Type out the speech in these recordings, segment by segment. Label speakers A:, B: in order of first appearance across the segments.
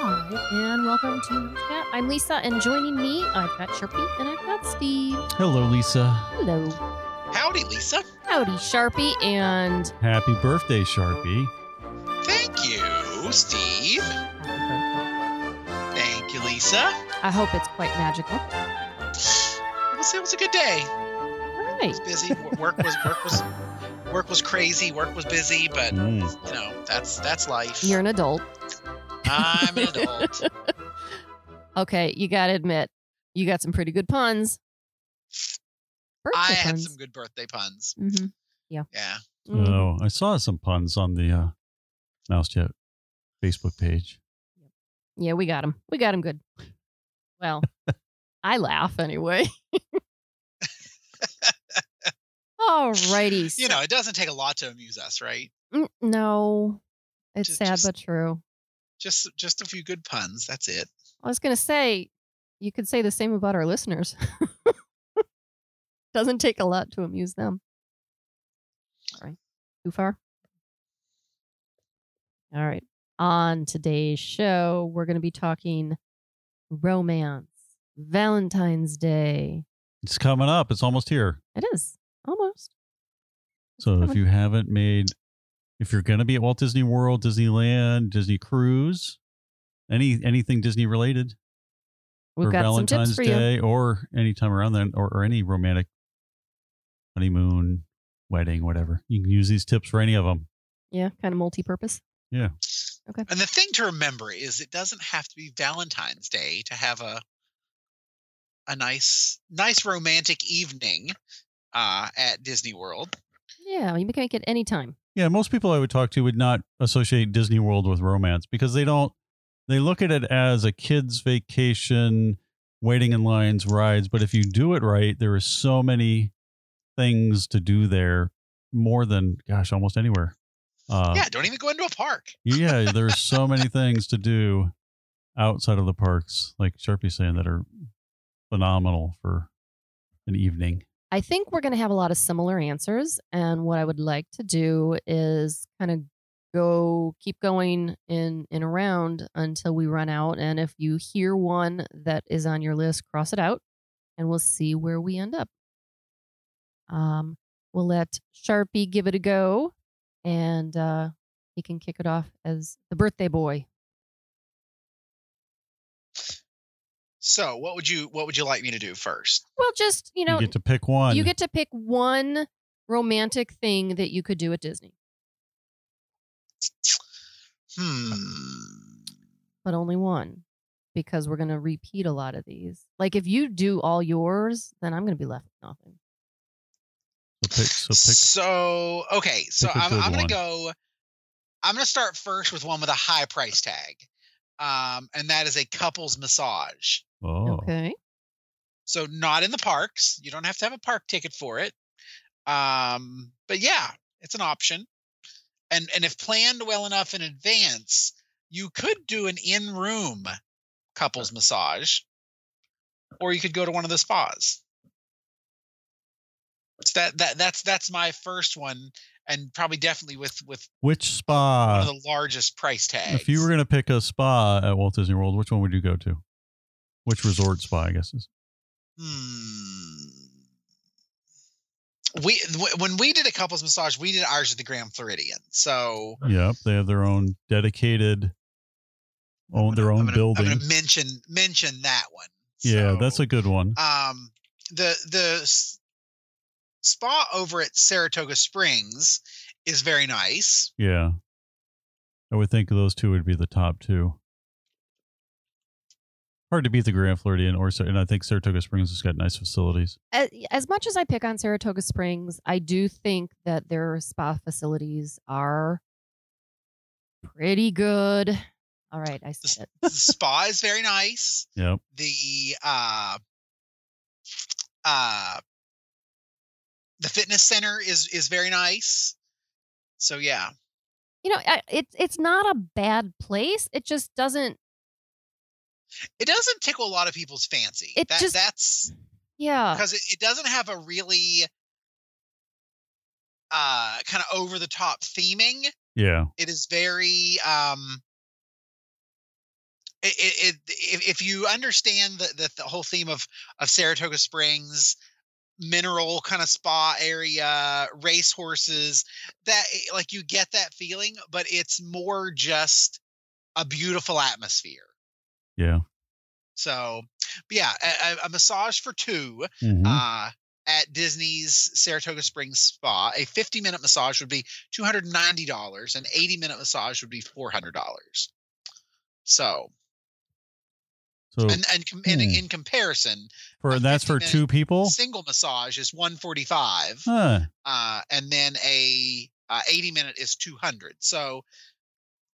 A: and welcome to Nerd Chat. I'm Lisa, and joining me, I've got Sharpie and I've got Steve.
B: Hello, Lisa.
A: Hello.
C: Howdy, Lisa.
A: Howdy, Sharpie, and
B: Happy birthday, Sharpie.
C: Thank you, Steve. Thank you, Lisa.
A: uh, I hope it's quite magical.
C: It was, it was a good day.
A: All
C: It
A: right.
C: was busy. W- Work was work was work was crazy. Work was busy, but you
B: Mm.
C: know that's that's life.
A: You're an adult.
C: I'm an adult.
A: Okay, you gotta admit, you got some pretty good puns. Birthday
C: I had
A: puns.
C: some good birthday puns.
A: hmm
C: Yeah.
A: Mm-hmm. Mm,
B: Oh, I saw some puns on the uh, Mouse Jet Facebook page.
A: Yeah, we got him. We got him good. Well, I laugh anyway. Alrighty.
C: You know, it doesn't take a lot to amuse us, right?
A: Mm, No, it's
C: Just-
A: sad
C: just-
A: but true.
C: Just just a few good puns. That's it.
A: I was gonna say, you could say the same about our listeners. Doesn't take a lot to amuse them. Sorry, too far. All right. On today's show, we're going to be talking romance, Valentine's Day.
B: It's coming up. It's almost here.
A: It is almost. It's
B: So if
A: coming.
B: you haven't made, if you're going to be at Walt Disney World, Disneyland, Disney Cruise, any anything Disney related
A: we've
B: for
A: got
B: Valentine's
A: some tips for you.
B: Day or any time around then, or, or any romantic honeymoon, wedding, whatever, you can use these tips for any of them.
A: Yeah, kind of multi-purpose.
C: And the thing to remember is it doesn't have to be Valentine's Day to have a a nice nice romantic evening uh, at Disney World.
A: Yeah, you can make it any time.
B: Yeah, most people I would talk to would not associate Disney World with romance because they don't they look at it as a kids vacation, waiting in lines, rides, but if you do it right, there are so many things to do there more than gosh, almost anywhere. Uh
C: yeah, don't even go into a park.
B: yeah, there are so many things to do outside of the parks, like Sharpie's saying that are phenomenal for an evening.
A: I think we're going to have a lot of similar answers. And what I would like to do is kind of go keep going in and around until we run out. And if you hear one that is on your list, cross it out and we'll see where we end up. Um, we'll let Sharpie give it a go and uh, he can kick it off as the birthday boy.
C: So, what would you what would you like me to do first?
A: Well, just, you
B: You,
A: know,
B: get to pick one.
A: you get to pick one romantic thing that you could do at Disney,
C: Hmm.
A: but only one because we're going to repeat a lot of these. Like if you do all yours, then I'm going to be left with nothing.
B: so pick so pick
C: So, okay, so
B: pick a
C: I'm,
B: good
C: I'm gonna
B: one.
C: go. I'm gonna start first with one with a high price tag, um, and that is a couples massage.
B: oh.
A: Okay.
C: So not in the parks. You don't have to have a park ticket for it. Um, but yeah, it's an option. And and if planned well enough in advance, you could do an in-room couples massage, or you could go to one of the spas. It's that that that's that's my first one, and probably definitely with with
B: Which spa?
C: one of the largest price tags.
B: Uh, If you were going to pick a spa at Walt Disney World, which one would you go to? Which resort spa, I guess. Is.
C: Hmm. We w- when we did a couples massage, we did ours at the Grand Floridian. So
B: Yep, they have their own dedicated, own their own
C: I'm gonna,
B: building.
C: I'm gonna mention mention that one.
B: yeah,
C: So,
B: that's a good one.
C: um the the s- spa over at Saratoga Springs is very nice.
B: yeah, I would think those two would be the top two. Hard to beat the Grand Floridian, or Sar- and I think Saratoga Springs has got nice facilities.
A: As, as much as I pick on Saratoga Springs, I do think that their spa facilities are pretty good. All right, I said it.
C: The spa is very nice.
B: Yep,
C: The uh uh the fitness center is is very nice. So yeah.
A: You know, I- it's it's not a bad place. It just doesn't.
C: it doesn't tickle a lot of people's fancy.
A: It
C: that,
A: just- Uh.
C: that's
A: Yeah,
C: because it, it doesn't have a really uh kind of over the top theming.
B: yeah,
C: It is very um it, it, it if- if you understand the, the, the whole theme of of Saratoga Springs mineral kind of spa area race horses that eh, like you get that feeling but it's more just a beautiful atmosphere
B: Yeah.
C: so but yeah a, a- a massage for 2
B: Mhm.
C: uh, at Disney's Saratoga Springs Spa. A 50 minute massage would be $290. An 80 minute massage would be $400. So,
B: so
C: and, and, com- and
B: Hmm.
C: in comparison,
B: for
C: a
B: that's for
C: 50
B: two people.
C: single massage is 145
B: Huh.
C: uh, and then a uh, 80 minute is 200. So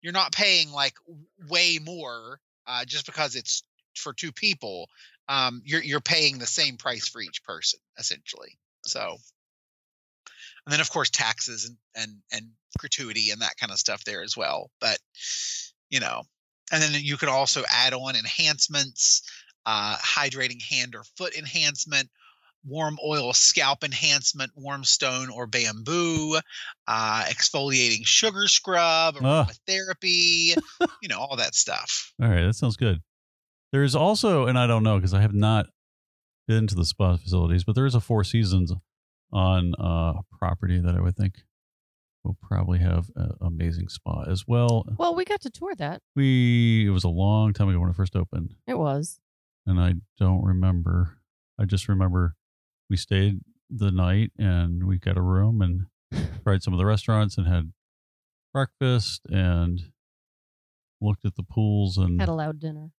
C: you're not paying like w- way more uh, just because it's for two people. Um, you're you're paying the same price for each person essentially. So, and then of course taxes and and and gratuity and that kind of stuff there as well. But you know, and then you could also add on enhancements, uh, hydrating hand or foot enhancement warm oil scalp enhancement, warm stone or bamboo, uh, exfoliating sugar scrub,
B: Ugh.
C: aromatherapy, you know, all that stuff.
B: All right, that sounds good. There is also, and I don't know because I have not been to the spa facilities, but there is a Four Seasons on uh, property that I would think will probably have an amazing spa as well.
A: Well, we got to tour that.
B: We it was a long time ago when it first opened,
A: It was.
B: and I don't remember. I just remember we stayed the night and we got a room and tried some of the restaurants and had breakfast and looked at the pools and
A: Had a loud dinner.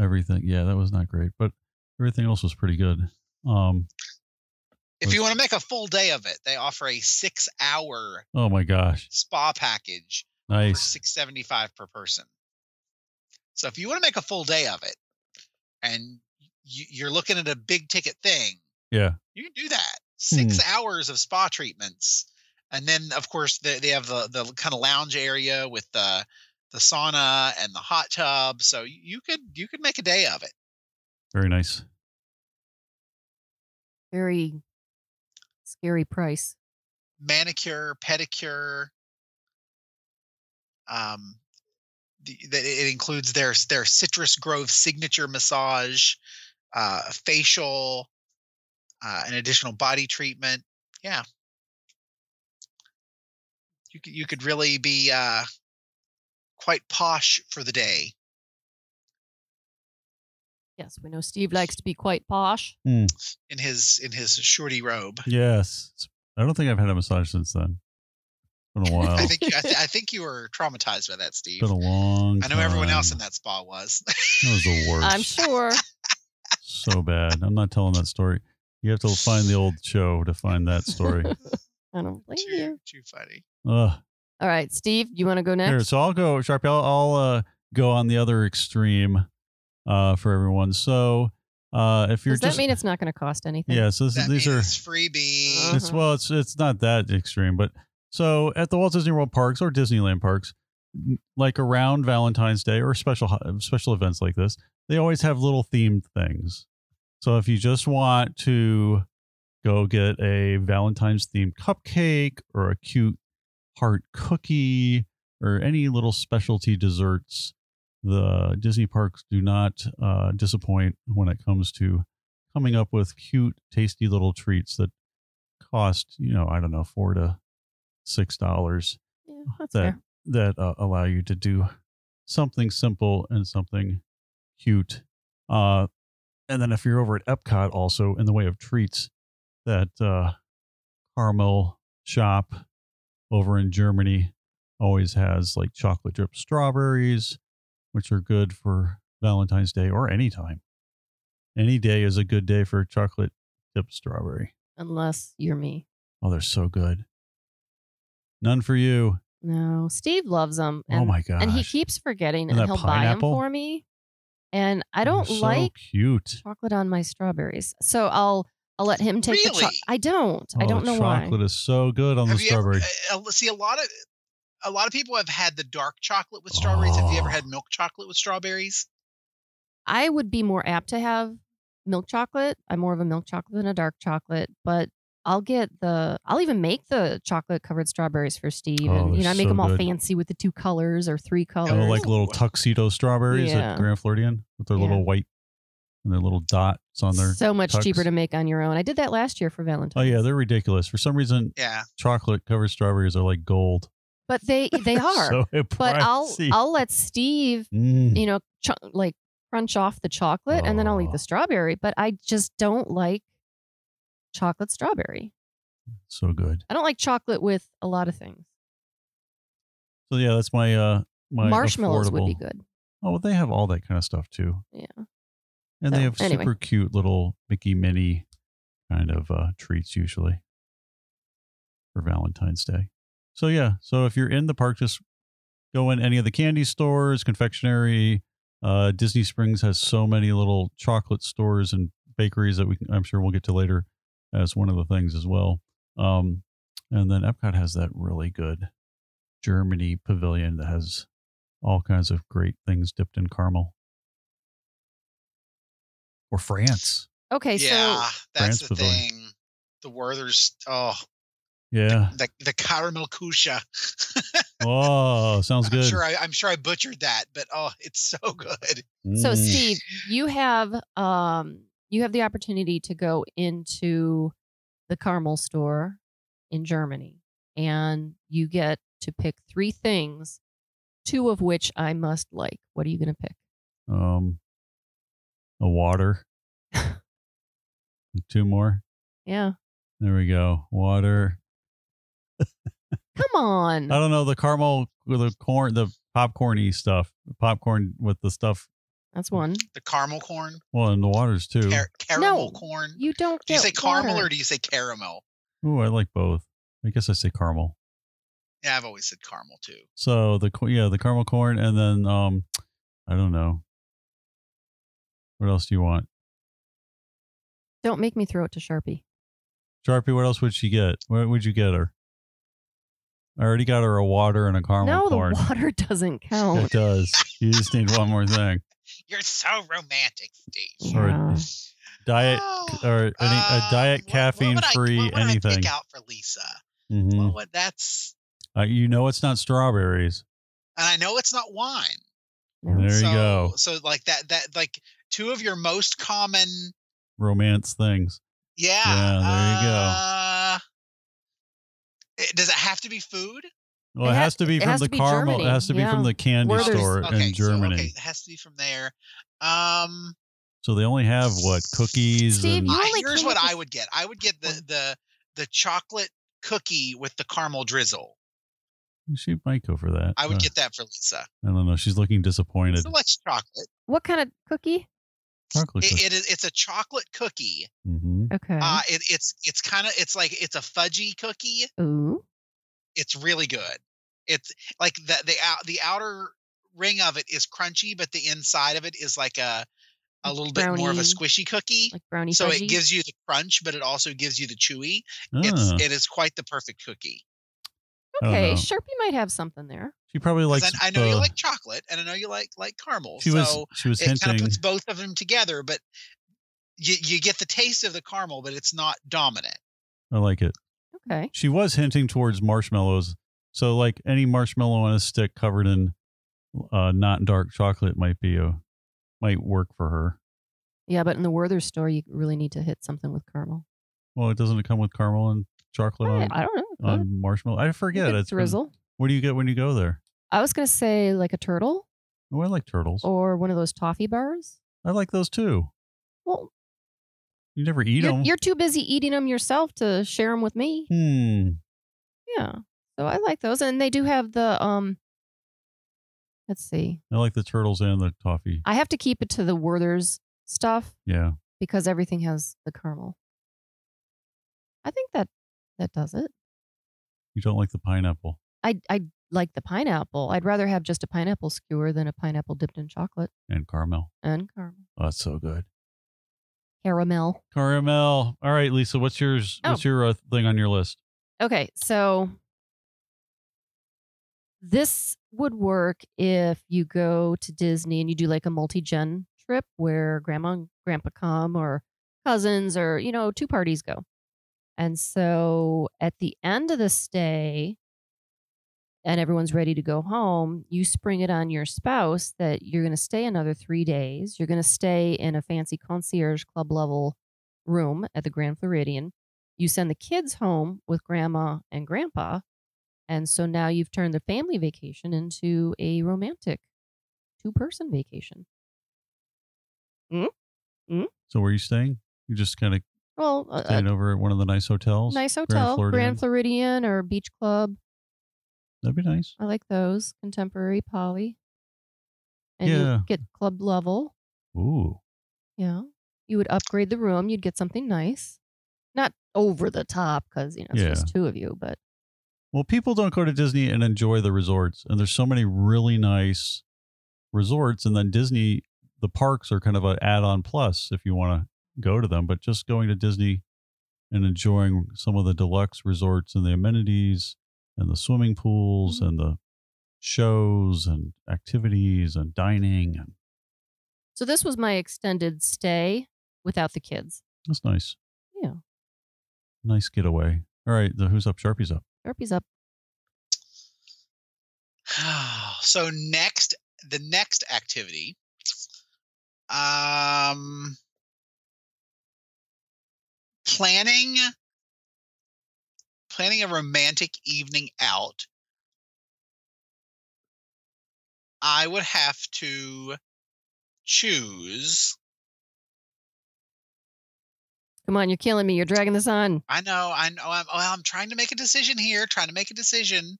B: everything. Yeah, that was not great, but everything else was pretty good. Um,
C: If you want to make a full day of it, they offer a six hour
B: oh my gosh,
C: spa package for
B: nice.
C: six seventy five per person. So if you want to make a full day of it and you, you're looking at a big ticket thing,
B: Yeah.
C: you can do that. Six hours of spa treatments, and then of course they, they have the the kind of lounge area with the the sauna and the hot tub. So you could you could make a day of it.
B: Very nice.
A: Very scary price.
C: Manicure, pedicure. Um, the, the, it includes their their citrus grove signature massage, uh, facial, uh, an additional body treatment. Yeah, you could you could really be uh, quite posh for the day.
A: Yes, we know Steve likes to be quite posh.
C: in his in his shorty robe.
B: Yes, I don't think I've had a massage since then. It's been a while.
C: I
B: It's
C: think you, I, th- I think you were traumatized by that, Steve.
B: been a long.
C: I know everyone else in
B: time.
C: that spa was.
B: That was the worst.
A: I'm sure.
B: so bad. I'm not telling that story. You have to find the old show to find that story.
A: I don't blame
C: too,
A: you.
C: too funny.
B: Ugh.
A: All right, Steve, you want to go
B: Here,
A: next?
B: so I'll go Sharpie. I'll, I'll uh, go on the other extreme uh, for everyone. So uh, if you're
A: Does that
B: just
A: mean it's not going to cost anything?
B: yeah, so this,
C: That
B: these
C: means
B: are
C: freebie.
A: Uh,
B: It's
A: Uh-huh.
B: well, it's it's not that extreme, but so at the Walt Disney World parks or Disneyland parks, n- like around Valentine's Day or special ho- special events like this, they always have little themed things. So if you just want to go get a Valentine's themed cupcake or a cute heart cookie or any little specialty desserts, the Disney parks do not uh, disappoint when it comes to coming up with cute, tasty little treats that cost you know i don't know four to six dollars
A: Yeah,
B: that
A: that's fair.
B: that uh, allow you to do something simple and something cute uh and then if you're over at epcot also in the way of treats that uh caramel shop over in germany always has like chocolate drip strawberries which are good for valentine's day or any time any day is a good day for chocolate dip strawberry
A: Unless you're me.
B: Oh, they're so good. None for you.
A: No, Steve loves them.
B: oh my gosh.
A: And he keeps forgetting,
B: And
A: and,
B: that
A: he'll buy them
B: pineapple?
A: for me. And I don't
B: They're so
A: like
B: cute.
A: chocolate on my strawberries, so I'll I'll let him take the.
C: Really?
A: chocolate. I don't. I
B: Oh,
A: don't know
B: chocolate
A: why.
B: is so good on
C: Have
B: the
C: you ever,
B: strawberry.
C: uh, uh, see a lot of a lot of people have had the dark chocolate with strawberries. Have you ever
B: Oh.
C: had milk chocolate with strawberries?
A: I would be more apt to have milk chocolate. I'm more of a milk chocolate than a dark chocolate, but I'll get the I'll even make the chocolate covered strawberries for Steve, and
B: Oh,
A: you know I
B: they're
A: make
B: so
A: them all
B: good.
A: fancy with the two colors or three colors.
B: Oh, like little tuxedo strawberries
A: Yeah.
B: at Grand Floridian with their
A: Yeah.
B: little white and their little dots on their.
A: so much
B: tux.
A: cheaper to make on your own. I did that last year for Valentine's.
B: Oh yeah, they're ridiculous. For some reason,
C: Yeah.
B: chocolate covered strawberries are like gold.
A: but they they are.
B: So
A: but I'll
B: pricey.
A: I'll let Steve
B: Mm.
A: you know, ch- like crunch off the chocolate and then I'll eat
B: Oh.
A: the strawberry. But I just don't like chocolate strawberry.
B: so good.
A: I don't like chocolate with a lot of things.
B: So yeah, that's my uh my
A: Marshmallows
B: affordable.
A: would be good.
B: Oh, well, they have all that kind of stuff too.
A: Yeah.
B: And
A: So,
B: they have
A: anyway.
B: super cute little Mickey Minnie kind of uh, treats usually for Valentine's Day. So yeah, so if you're in the park, just go in any of the candy stores, confectionery. Uh, Disney Springs has so many little chocolate stores and bakeries that we can, I'm sure we'll get to later as one of the things as well. Um, and then Epcot has that really good Germany pavilion that has all kinds of great things dipped in caramel. Or France.
A: Okay,
C: yeah.
A: so
C: That's
B: France
C: the
B: Pavilion.
C: thing. The Werther's oh
B: Yeah.
C: the the caramel kusha.
B: Oh, sounds
C: I'm
B: good.
C: sure I I'm sure I butchered that, but oh it's so good.
A: so
B: Mm.
A: Steve, you have um you have the opportunity to go into the caramel store in Germany and you get to pick three things, two of which I must like. What are you gonna pick?
B: Um, a water. Two more.
A: Yeah.
B: There we go. Water.
A: Come on.
B: I don't know the caramel, the corn, the popcorny stuff. Popcorn with the stuff.
A: That's one.
C: The caramel corn.
B: Well, and the waters too.
C: Car-
A: No.
C: caramel corn.
A: You don't
C: Do you
A: get
C: say caramel
A: water.
C: or do you say caramel?
B: Ooh, I like both. I guess I say caramel.
C: Yeah, I've always said caramel too.
B: So the co- yeah, the caramel corn, and then um, I don't know. What else do you want,
A: Don't make me throw it to Sharpie.
B: Sharpie? What else would she get? What would you get her? I already got her a water and a caramel
A: no,
B: corn.
A: the water doesn't count.
B: It does. You just need one more thing.
C: You're so romantic, Steve.
B: Or
A: Yeah.
B: Diet
C: Oh,
B: or any, a
C: um,
B: diet
C: what-
B: caffeine
C: what would I-
B: free
C: what would I pick
B: anything.
C: out for Lisa.
B: Mhm.
C: Well, what- that's
B: Uh, you know it's not strawberries.
C: and I know it's not wine.
A: No.
B: There
C: so,
B: you go.
C: So like that that like two of your most common
B: Romance things.
C: yeah.
B: Yeah, there you go.
C: uh, it- does it have to be food?
B: Well,
A: It
B: it,
A: ha-
B: has to be
A: it
B: from
A: has
B: the
A: to be
B: caramel.
A: Germany,
B: It has to be
A: yeah.
B: from the candy
A: Where there's-
B: store in
C: so,
B: Germany.
C: okay, it has to be from there. Um
B: So they only have what cookies
A: Steve,
B: and
A: you
C: I-
A: only
C: here's
A: came
C: what
A: up
C: I
A: with-
C: would get. I would get the the the chocolate cookie with the caramel drizzle.
B: she might go for that.
C: I would
B: Uh,
C: get that for Lisa.
B: I don't know. She's looking disappointed.
C: So much chocolate.
A: What kind of cookie?
B: Chocolate.
C: It, it is it's a chocolate cookie.
B: mm-hmm.
A: Okay.
C: Uh it, it's it's kind of it's like it's a fudgy cookie.
A: Ooh.
C: It's really good. It's like the the out the outer ring of it is crunchy, but the inside of it is like a a
A: Like
C: little bit more of a
A: brownie,
C: squishy cookie.
A: Like brownie
C: So
A: fudgy?
C: it gives you the crunch, but it also gives you the chewy.
B: Ah.
C: It's it is quite the perfect cookie.
B: I don't
A: Okay,
B: know.
A: Sharpie might have something there.
B: she probably
C: 'Cause
B: likes.
C: I, I know you
B: the-
C: like chocolate, and I know you like like caramel.
B: She
C: so
B: was. She was
C: it kind of
B: hinting.
C: puts both of them together, but you you get the taste of the caramel, but it's not dominant.
B: I like it.
A: Okay.
B: She was hinting towards marshmallows. So like any marshmallow on a stick covered in uh, not dark chocolate might be a might work for her.
A: Yeah, but in the Werther store, you really need to hit something with caramel.
B: Well, it doesn't it come with caramel and chocolate
A: I,
B: on,
A: I don't know. Could.
B: on marshmallow. I
A: You
B: forget.
A: could
B: It's been-
A: drizzle.
B: what do you get when you go there?
A: I was gonna say like a turtle
B: Oh, I like turtles.
A: or one of those toffee bars.
B: I like those too.
A: Well,
B: You never eat
A: you're,
B: them.
A: you're too busy eating them yourself to share them with me.
B: hmm.
A: Yeah. So I like those, and they do have the um. Let's see.
B: I like the turtles and the toffee.
A: I have to keep it to the Werther's stuff
B: Yeah.
A: because everything has the caramel. I think that that does it.
B: You don't like the pineapple.
A: I I like the pineapple. I'd rather have just a pineapple skewer than a pineapple dipped in chocolate
B: and caramel.
A: and caramel.
B: Oh, that's so good.
A: Caramel.
B: Caramel. All right, Lisa, what's yours?
A: Oh.
B: What's your uh, thing on your list?
A: Okay, so this would work if you go to Disney and you do like a multi-gen trip where grandma and grandpa come or cousins or you know two parties go. And so at the end of the stay, and everyone's ready to go home, you spring it on your spouse that you're going to stay another three days. You're going to stay in a fancy concierge club level room at the Grand Floridian. You send the kids home with grandma and grandpa. And so now you've turned the family vacation into a romantic two person vacation.
B: So where are you staying? You're just kind of
A: Well, a, a
B: staying over at one of the nice hotels.
A: Uh, nice hotel,
B: Floridian.
A: Grand Floridian or beach club.
B: That'd be nice.
A: I like those contemporary poly. And
B: Yeah.
A: you get club level.
B: Ooh.
A: Yeah. You would upgrade the room. You'd get something nice. Not over the top because, you know, it's
B: Yeah.
A: just two of you, but
B: Well, people don't go to Disney and enjoy the resorts, and there's so many really nice resorts, and then Disney, the parks are kind of an add-on plus if you want to go to them. But just going to Disney and enjoying some of the deluxe resorts and the amenities and the swimming pools
C: Mm-hmm.
A: Mhm.
B: and the shows and activities and dining, and
A: So this was my extended stay without the kids.
B: that's nice.
A: Yeah.
B: Nice getaway. All right, the Who's Up Sharpie's up.
A: Sharpie's up.
C: so next the next activity um planning planning a romantic evening out i would have to choose
A: Come on, you're killing me. You're dragging this on.
C: I know, I know. I'm, well, I'm trying to make a decision here. Trying to make a decision.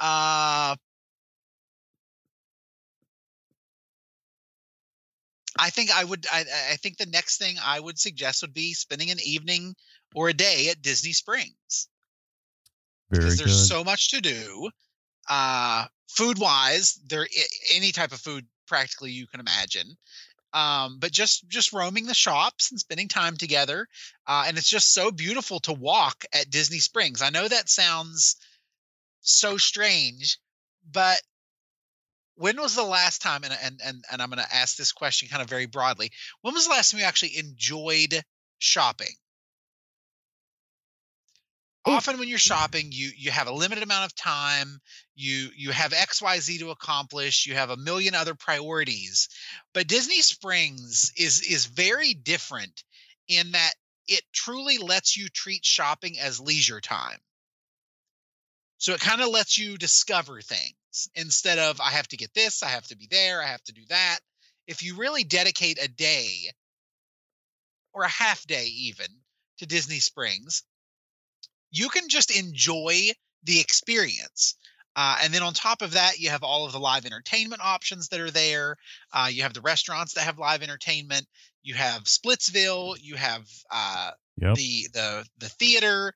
C: Uh, I think I would. I, I- I think the next thing I would suggest would be spending an evening or a day at Disney Springs
B: Very
C: because
B: good.
C: there's so much to do. Uh, food wise, there i- any type of food practically you can imagine. Um, but just just roaming the shops and spending time together, uh, and it's just so beautiful to walk at Disney Springs. I know that sounds so strange, but when was the last time? And and and, and I'm going to ask this question kind of very broadly. When was the last time you actually enjoyed shopping?
A: Oof.
C: often when you're shopping you you have a limited amount of time you you have xyz to accomplish you have a million other priorities but disney springs is is very different in that it truly lets you treat shopping as leisure time so it kind of lets you discover things instead of i have to get this i have to be there i have to do that if you really dedicate a day or a half day even to disney springs you can just enjoy the experience. Uh, and then on top of that, you have all of the live entertainment options that are there. Uh, you have the restaurants that have live entertainment. You have Splitsville. You have uh,
B: Yep.
C: the the the theater.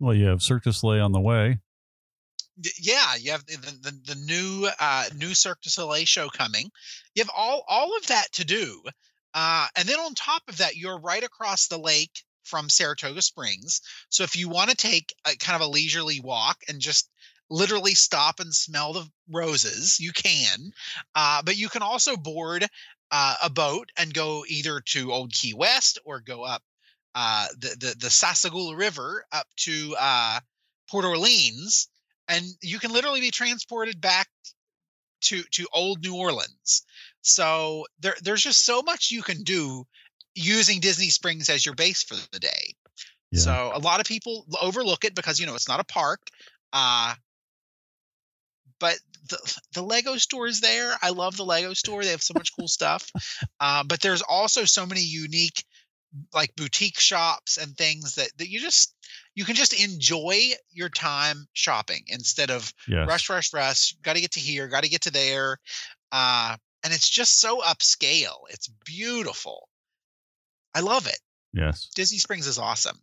B: well, you have Cirque du Soleil on the way.
C: D- Yeah, you have the the, the- the new uh, new Cirque du Soleil show coming. You have all all of that to do. Uh, and then on top of that, you're right across the lake from Saratoga Springs. So if you want to take a kind of a leisurely walk and just literally stop and smell the roses, you can. Uh, but you can also board uh, a boat and go either to Old Key West or go up uh, the, the the Sasagula River up to uh, Port Orleans, and you can literally be transported back to to old New Orleans. So there there's just so much you can do using Disney Springs as your base for the day.
B: Yeah.
C: So a lot of people l- overlook it because you know it's not a park. Uh but the the Lego store is there. I love the Lego store. They have so much cool stuff. Uh, but there's also so many unique like boutique shops and things that, that you just you can just enjoy your time shopping instead of
B: Yes.
C: rush, rush, rush. Got to get to here. Got to get to there. Uh, and it's just so upscale. It's beautiful. I love it.
B: Yes.
C: Disney Springs is awesome.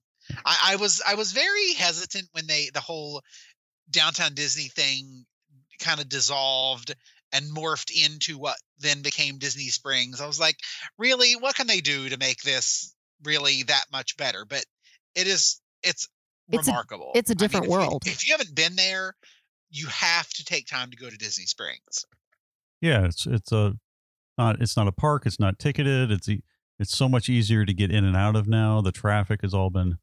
C: I, I was I was very hesitant when they the whole downtown Disney thing kind of dissolved and morphed into what then became Disney Springs. I was like, really, what can they do to make this really that much better? But it is it's
A: It's a-
C: remarkable.
A: it's a
C: I mean,
A: different
C: if you-
A: world.
C: if you haven't been there, you have to take time to go to Disney Springs.
B: Yeah, it's it's a not it's not a park. It's not ticketed. It's e- it's so much easier to get in and out of now. The traffic has all been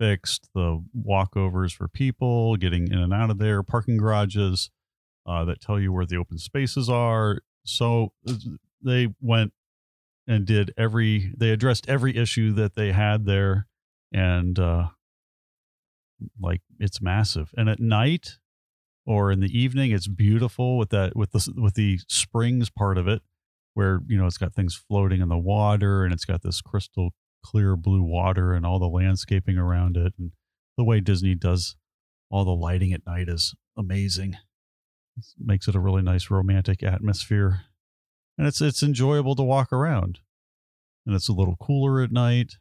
B: fixed, the walkovers for people getting in and out of there, parking garages uh, that tell you where the open spaces are. So uh, they went and did every, they addressed every issue that they had there. And uh, like it's massive. And at night or in the evening, it's beautiful with that, with the, with the springs part of it where, you know, it's got things floating in the water and it's got this crystal clear blue water and all the landscaping around it and the way Disney does all the lighting at night is amazing. It makes it a really nice romantic atmosphere. And it's it's enjoyable to walk around. And it's a little cooler at night.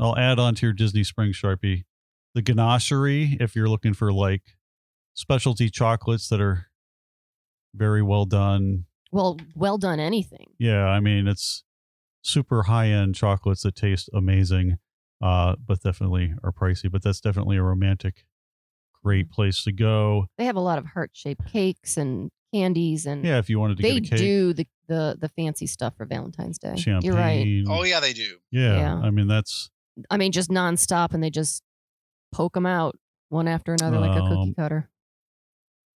B: I'll add on to your Disney Spring Sharpie the ganachery if you're looking for like specialty chocolates that are very well done.
A: Well, well done anything.
B: Yeah, I mean it's super high end chocolates that taste amazing, uh, but definitely are pricey. But that's definitely a romantic,
A: Mm.
B: great place to go.
A: They have a lot of heart shaped cakes and candies and
B: Yeah, if you wanted to
A: Mm. they
B: get a cake,
A: do the, the the fancy stuff for Valentine's Day.
B: champagne.
A: You're right.
B: Mm.
C: Oh yeah, they do.
B: Yeah,
A: Yeah.
B: I mean that's
A: I mean, just nonstop, and they just poke them out one after another like a cookie
B: Um,
A: cutter.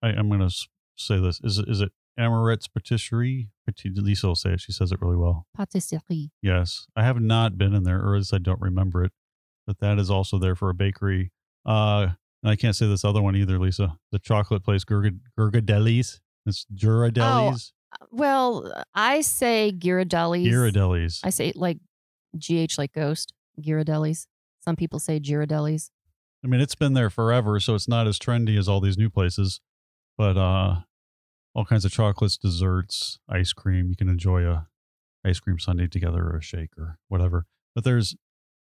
B: I, I'm gonna s- say this is it- is it Amaret's patisserie? Pati- Lisa will say it. She says it really well.
A: Patisserie.
B: Yes, I have not been in there, or as I don't remember it. But that is also there for a bakery. Uh, and I can't say this other one either, Lisa. The chocolate place, Gurga- Gurgadelis. It's Juradelis.
A: Well, I say Ghirardelli's.
B: Ghirardellis.
A: I say like GH like ghost, Ghirardelli's. Some people say Ghirardelli's.
B: I mean, it's been there forever, so it's not as trendy as all these new places. But uh, all kinds of chocolates, desserts, ice cream. You can enjoy a ice cream sundae together or a shake or whatever. But there's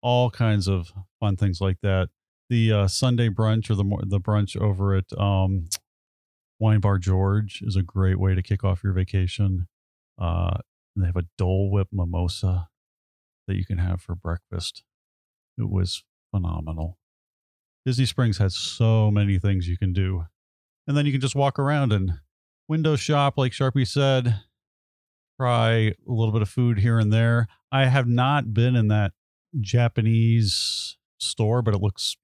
B: all kinds of fun things like that. The uh, Sunday brunch or the mor- the brunch over at um, Wine Bar George is a great way to kick off your vacation. Uh, they have a Dole Whip mimosa that you can have for breakfast. It was phenomenal. Disney Springs has so many things you can do. And then you can just walk around and window shop, like Sharpie said, try a little bit of food here and there. I have not been in that Japanese store, but it looks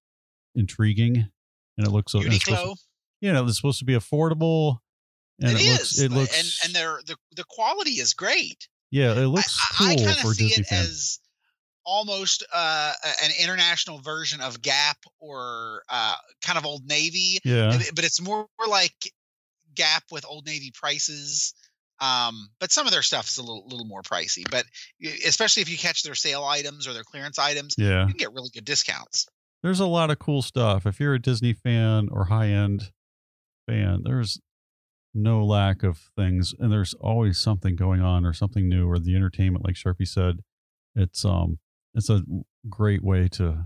B: intriguing and it looks and it's supposed to-
C: Uniqlo.
B: you know, it's supposed to be affordable and it,
C: it
B: looks
C: is.
B: it looks
C: and and their the the quality is great.
B: yeah, it looks
C: I, I,
B: cool
C: I kind
B: for
C: of see
B: Disney
C: it
B: fans.
C: as almost uh, a- an international version of Gap or uh, kind of Old Navy,
B: yeah.
C: but it's more like Gap with Old Navy prices. Um, but some of their stuff is a little, little more pricey. But y- especially if you catch their sale items or their clearance items,
B: Yeah.
C: you can get really good discounts.
B: there's a lot of cool stuff. If you're a Disney fan or high end fan, there's no lack of things, and there's always something going on or something new or the entertainment. Like Sharpie said, it's um, it's a great way to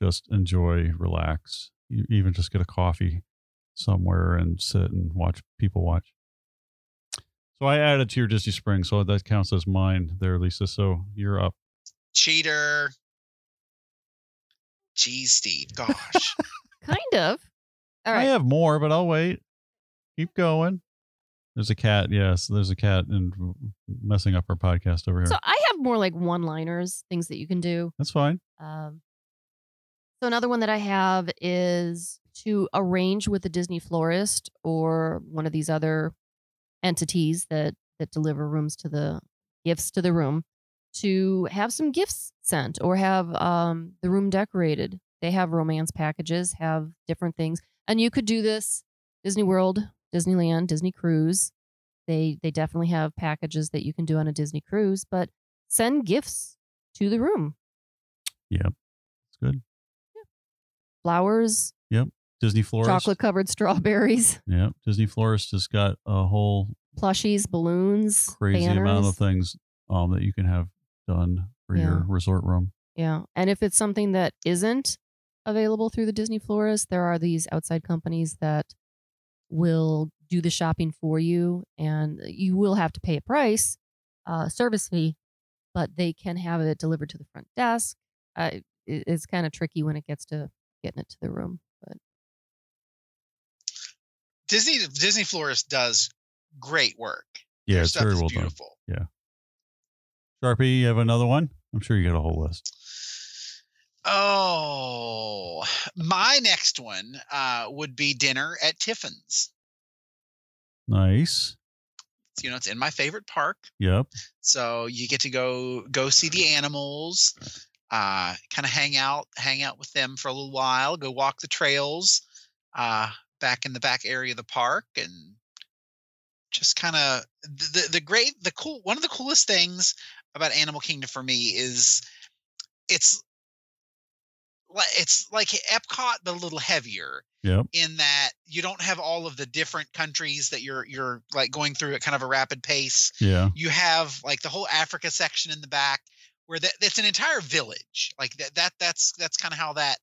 B: just enjoy, relax. You even just get a coffee somewhere and sit and watch people watch. So I added to your Disney Spring, so that counts as mine there, Lisa. So you're up.
C: Cheater. Geez, Steve. Gosh.
A: Kind of. All
B: I
A: right.
B: have more, but I'll wait. Keep going. There's a cat. Yes, there's a cat and messing up our podcast over here.
A: So I have more like one liners, things that you can do.
B: That's fine.
A: Um, so another one that I have is to arrange with a Disney florist or one of these other entities that that deliver rooms to the gifts to the room to have some gifts sent or have um, the room decorated. They have romance packages, have different things, and you could do this Disney World, Disneyland, Disney Cruise. They they definitely have packages that you can do on a Disney cruise, but send gifts to the room
B: It's good.
A: flowers,
B: Disney florist.
A: chocolate covered strawberries,
B: Yeah. Disney florist has got a whole
A: plushies, balloons,
B: crazy
A: banners.
B: amount of things um, that you can have done for your
A: Yeah.
B: resort room.
A: Yeah. And if it's something that isn't available through the Disney florist, there are these outside companies that will do the shopping for you and you will have to pay a price, uh, service fee, but they can have it delivered to the front desk. Uh, it- it's kind of tricky when it gets to getting it to the room. But
C: Disney Disney Florist does great work.
B: Yeah,
C: Their
B: it's
C: stuff
B: very
C: is
B: well
C: beautiful.
B: done. Sharpie, you have another one? I'm sure you got a whole list.
C: Oh, my next one uh, would be dinner at Tiffin's.
B: Nice.
C: You know, it's in my favorite park,
B: Yep.
C: so you get to go go see the animals, uh, kind of hang out, hang out with them for a little while, go walk the trails, uh, back in the back area of the park, and just kind of the, the the great the cool one of the coolest things about Animal Kingdom for me is it's li- it's like Epcot but a little heavier
B: Yep.
C: in that you don't have all of the different countries that you're you're like going through at kind of a rapid pace.
B: Yeah.
C: You have like the whole Africa section in the back where that it's an entire village. Like that that that's that's kind of how that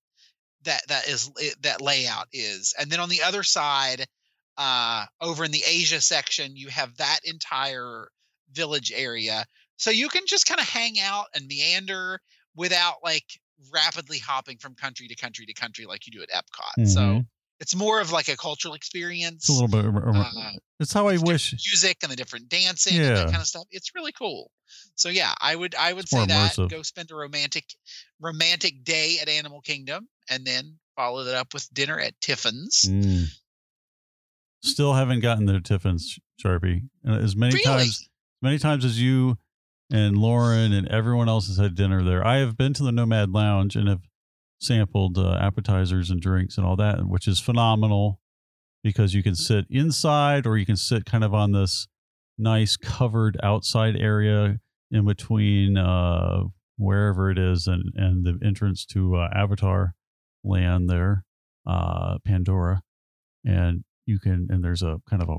C: that that is eh, that layout is. And then on the other side uh over in the Asia section you have that entire village area. So you can just kind of hang out and meander without like rapidly hopping from country to country to country like you do at Epcot. So
B: Mhm.
C: it's more of like a cultural experience.
B: It's a little bit.
C: uh,
B: it's how I
C: it's different
B: wish.
C: music and the different dancing and that
B: Yeah.
C: kind of stuff. It's really cool. So yeah, I would I would
B: It's
C: say
B: more
C: that
B: immersive.
C: go spend a romantic romantic day at Animal Kingdom and then follow that up with dinner at Tiffin's.
B: Mm. Still haven't gotten the Tiffin's Sharpie. Uh, As many
C: really?
B: times many times as you and Lauren and everyone else has had dinner there. I have been to the Nomad Lounge and have sampled uh, appetizers and drinks and all that, which is phenomenal because you can sit inside or you can sit kind of on this nice covered outside area in between uh, wherever it is and, and the entrance to uh, Avatar land there, uh, Pandora. And you can, and there's a kind of a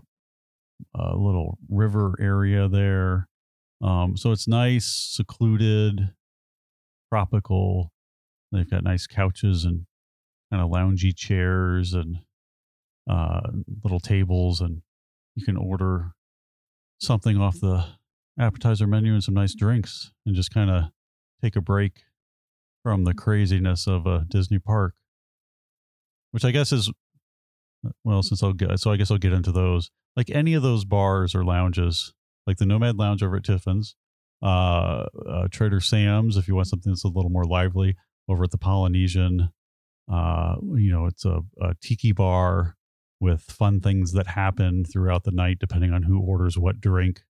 B: a little river area there. Um, so it's nice, secluded, tropical. They've got nice couches and kind of loungy chairs and uh, little tables, and you can order something off the appetizer menu and some nice drinks, and just kind of take a break from the craziness of a Disney park, which I guess is uh, well. Since I'll get, so I guess I'll get into those like any of those bars or lounges, like the Nomad Lounge over at Tiffin's, uh, uh, Trader Sam's, if you want something that's a little more lively, over at the Polynesian, uh, you know, it's a, a tiki bar with fun things that happen throughout the night, depending on who orders what drink.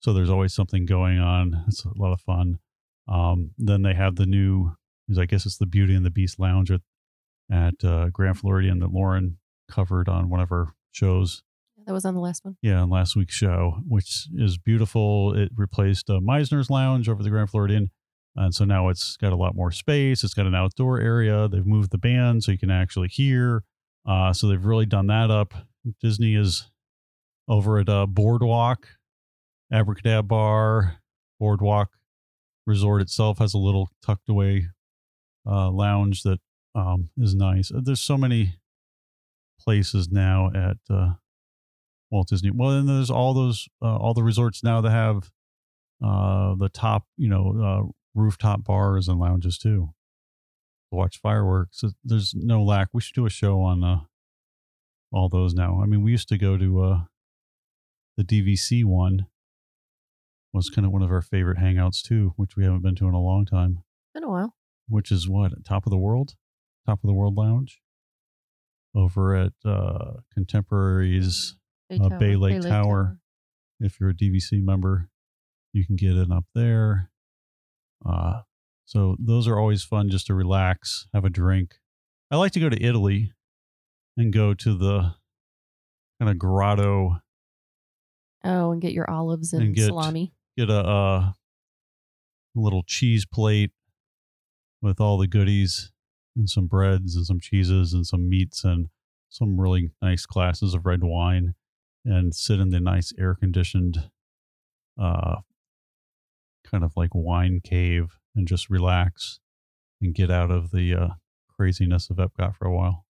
B: So there's always something going on. It's a lot of fun. Um, then they have the new, I guess it's the Beauty and the Beast Lounge at, at uh, Grand Floridian that Lauren covered on one of her shows
A: That was on the last one.
B: yeah, on last week's show, which is beautiful. It replaced uh, Meisner's Lounge over the Grand Floridian. And so now it's got a lot more space. It's got an outdoor area. They've moved the band so you can actually hear. Uh, so they've really done that up. Disney is over at uh, Boardwalk, Abracadabra Bar, Boardwalk Resort itself has a little tucked away uh, lounge that um, is nice. There's so many places now at uh, Walt Disney. Well, and there's all those uh, all the resorts now that have uh, the top, you know, uh, rooftop bars and lounges too. To watch fireworks, It- there's no lack. We should do a show on uh, all those now. I mean, we used to go to uh, the DVC one. Was kind of one of our favorite hangouts too, which we haven't been to in a long time.
A: Been a while.
B: Which is what top of the world, top of the world lounge, over at uh, Contemporaries Uh, Bay Lake Tower. if you're a DVC member, you can get it up there. Uh, so those are always fun just to relax, have a drink. I like to go to Italy and go to the kind of grotto,
A: Oh, and get your olives and,
B: And get-
A: salami.
B: get a, uh little cheese plate with all the goodies and some breads and some cheeses and some meats and some really nice glasses of red wine and sit in the nice air conditioned uh kind of like wine cave and just relax and get out of the uh craziness of Epcot for a while.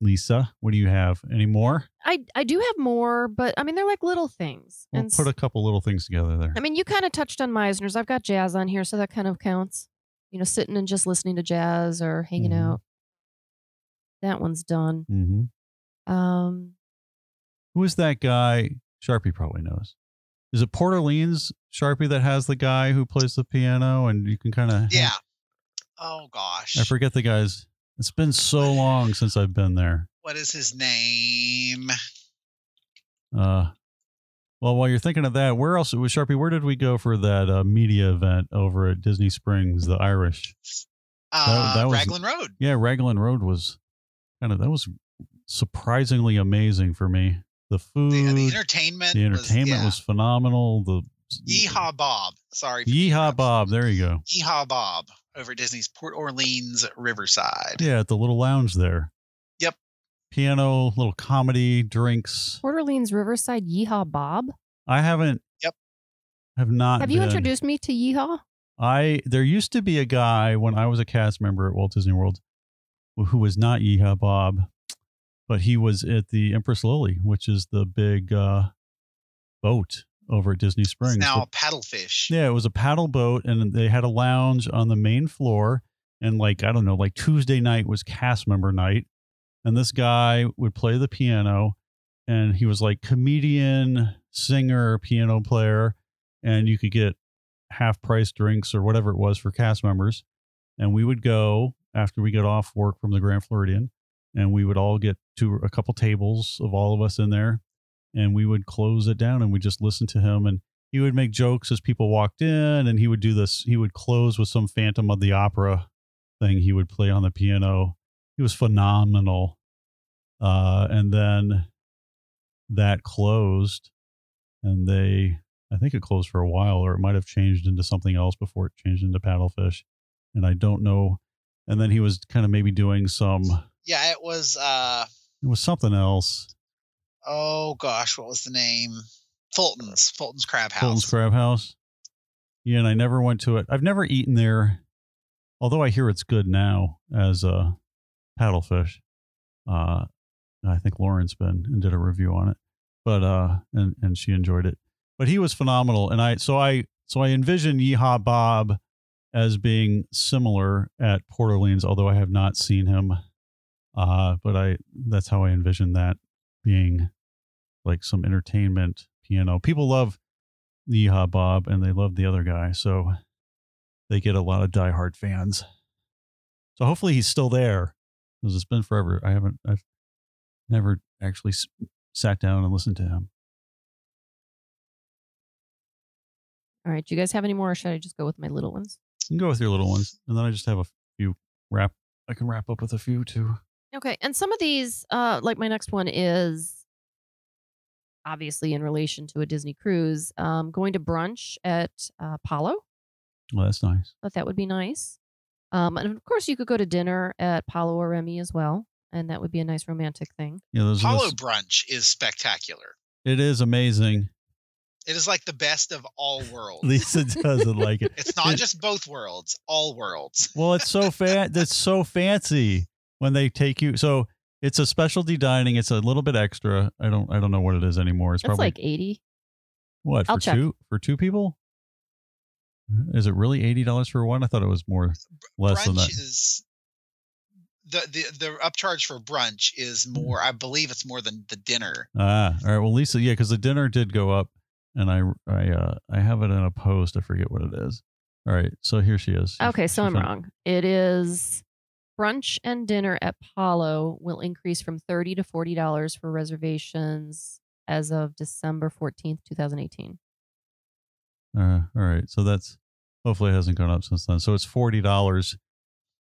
B: Lisa, what do you have? Any more?
A: I I do have more, but I mean they're like little things.
B: We'll
A: and
B: put a couple little things together there.
A: I mean, you kind of touched on Meisner's. I've got jazz on here, so that kind of counts. You know, sitting and just listening to jazz or hanging
B: Mhm.
A: out. That one's done.
B: mm-hmm.
A: Um,
B: Who is that guy? Sharpie probably knows. is it Port Orleans Sharpie that has the guy who plays the piano and you can kind of
C: Yeah. Oh gosh.
B: I forget the guy's. It's been so long since I've been there.
C: what is his name?
B: Uh, well, while you're thinking of that, where else was Sharpie? Where did we go for that uh, media event over at Disney Springs, the Irish?
C: Uh,
B: that was-
C: Raglan Road.
B: Yeah, Raglan Road was kind of that was surprisingly amazing for me. The food,
C: The, the
B: the,
C: entertainment.
B: entertainment
C: was, yeah.
B: was phenomenal. The
C: Yeehaw Bob. Sorry. for
B: Yeehaw
C: the interruption.
B: Bob. There you go.
C: Yeehaw Bob over at Disney's Port Orleans Riverside.
B: Yeah, at the little lounge there.
C: Yep.
B: Piano, little comedy, drinks.
A: Port Orleans Riverside Yeehaw Bob.
B: I haven't.
C: Yep.
B: Have not.
A: Have you
B: been.
A: introduced me to Yeehaw?
B: I there used to be a guy when I was a cast member at Walt Disney World who was not Yeehaw Bob, but he was at the Empress Lily, which is the big uh, boat over at Disney Springs.
C: It's now
B: But-
C: paddlefish.
B: yeah, it was a paddle boat, and they had a lounge on the main floor. And like I don't know, like Tuesday night was cast member night, and this guy would play the piano, and he was like comedian, singer, piano player, and you could get half price drinks or whatever it was for cast members. And we would go after we got off work from the Grand Floridian, and we would all get to a couple tables of all of us in there, and we would close it down and we just listen to him and he would make jokes as people walked in and he would do this he would close with some phantom of the opera thing he would play on the piano he was phenomenal uh, and then that closed and they i think it closed for a while or it might have changed into something else before it changed into paddlefish and i don't know and then he was kind of maybe doing some
C: Yeah, it was uh
B: it was something else
C: oh gosh, what was the name? Fulton's. Fulton's Crab House.
B: Fulton's Crab House. Yeah, and I never went to it. I've never eaten there, although I hear it's good now as a paddlefish. Uh, I think Lauren's been and did a review on it, but uh, and and she enjoyed it. But he was phenomenal, and I so I so I envision Yeehaw Bob as being similar at Port Orleans, although I have not seen him. Uh, but I that's how I envision that being like some entertainment piano. People love Yeehaw Bob and they love the other guy, so they get a lot of diehard fans. So hopefully he's still there because it's been forever. I haven't, I've never actually s- sat down and listened to him.
A: All right. Do you guys have any more, or should I just go with my little ones?
B: You can go with your little ones, and then I just have a few wrap. I can wrap up with a few too.
A: Okay. And some of these, uh, like my next one is obviously in relation to a Disney cruise. Um, going to brunch at uh, Apollo.
B: Well, that's nice.
A: Thought that would be nice. Um, and of course, you could go to dinner at Palo or Remy as well, and that would be a nice romantic thing.
B: Yeah, those are the
C: Apollo
B: s-
C: Brunch is spectacular.
B: it is amazing.
C: It is like the best of all worlds.
B: Lisa doesn't like it.
C: it's not just both worlds, all worlds.
B: Well, it's so fan. That's so fancy when they take you. So it's a specialty dining. It's a little bit extra. I don't. I don't know what it is anymore. It's
A: That's
B: probably
A: like eighty.
B: what
A: I'll
B: for
A: check.
B: two for two people. Is it really eighty dollars for one? I thought it was more less than
C: brunch
B: that.
C: is the, the the upcharge for brunch is more. I believe it's more than the dinner.
B: Ah, all right. Well, Lisa, yeah, because the dinner did go up, and I I uh, I have it in a post. I forget what it is. All right, so here she is. She-
A: Okay, so
B: she
A: I'm
B: found-
A: wrong. It is brunch and dinner at Palo will increase from thirty to forty dollars for reservations as of December fourteenth, two thousand eighteen.
B: Uh, all right. So that's hopefully it hasn't gone up since then. So it's forty dollars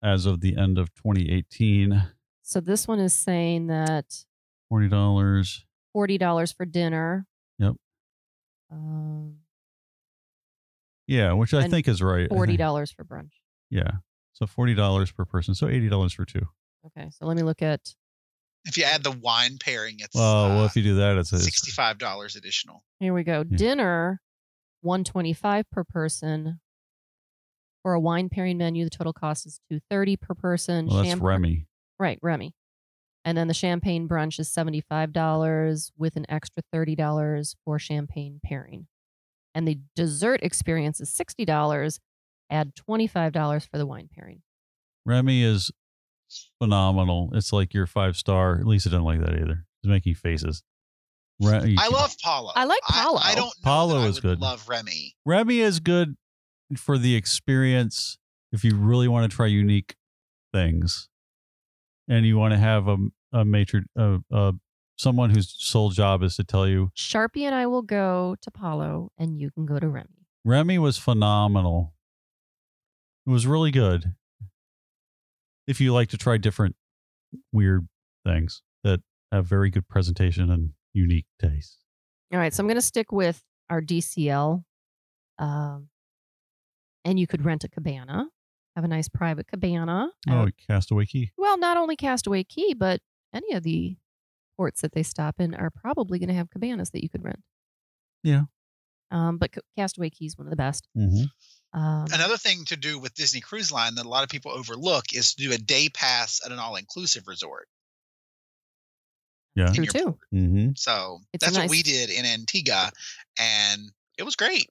B: as of the end of 2018.
A: So this one is saying that
B: Forty dollars.
A: forty dollars for dinner.
B: Yep.
A: Um,
B: Yeah, which I
A: And
B: think is right. I
A: forty
B: think-
A: dollars for brunch.
B: Yeah. So forty dollars per person. So eighty dollars for two.
A: Okay, so let me look at
C: If you add the wine pairing, it's
B: Well,
C: uh,
B: well, if you do that, it's, it's
C: sixty-five dollars additional.
A: Here we go.
B: Yeah.
A: Dinner, one twenty five per person. For a wine pairing menu, the total cost is two thirty per person.
B: well, that's
A: Champ-
B: Remy.
A: Right, Remy. And then the champagne brunch is seventy five dollars with an extra thirty dollars for champagne pairing. And the dessert experience is sixty dollars. Add twenty five dollars for the wine pairing.
B: Remy is phenomenal. It's like your five star. Lisa doesn't like that either. She's making faces. Re- you
C: I
B: can-
C: love Paulo.
A: I like Paulo.
C: I, don't. know
B: Paulo
C: that I
B: is
C: would
B: good.
C: Love Remy.
B: Remy is good for the experience if you really want to try unique things and you want to have a a matron a, a someone whose sole job is to tell you
A: Sharpie and I will go to Paulo, and you can go to Remy.
B: Remy was phenomenal. It was really good. If you like to try different weird things that have very good presentation and unique taste.
A: All right, so I'm going to stick with our DCL. Um, and you could rent a cabana, have a nice private cabana. I
B: Oh,
A: would-
B: Castaway Key.
A: Well, not only Castaway Key, but any of the ports that they stop in are probably going to have cabanas that you could rent.
B: Yeah.
A: Um, but C- Castaway Key is one of the best.
B: Mm-hmm.
A: Um,
C: Another thing to do with Disney Cruise Line that a lot of people overlook is to do a day pass at an all-inclusive resort.
B: Yeah.
C: in
A: true
C: your
A: too.
B: Mm-hmm.
C: So
A: It's a
C: that's
A: nice-
C: what we did in Antigua, and it was great.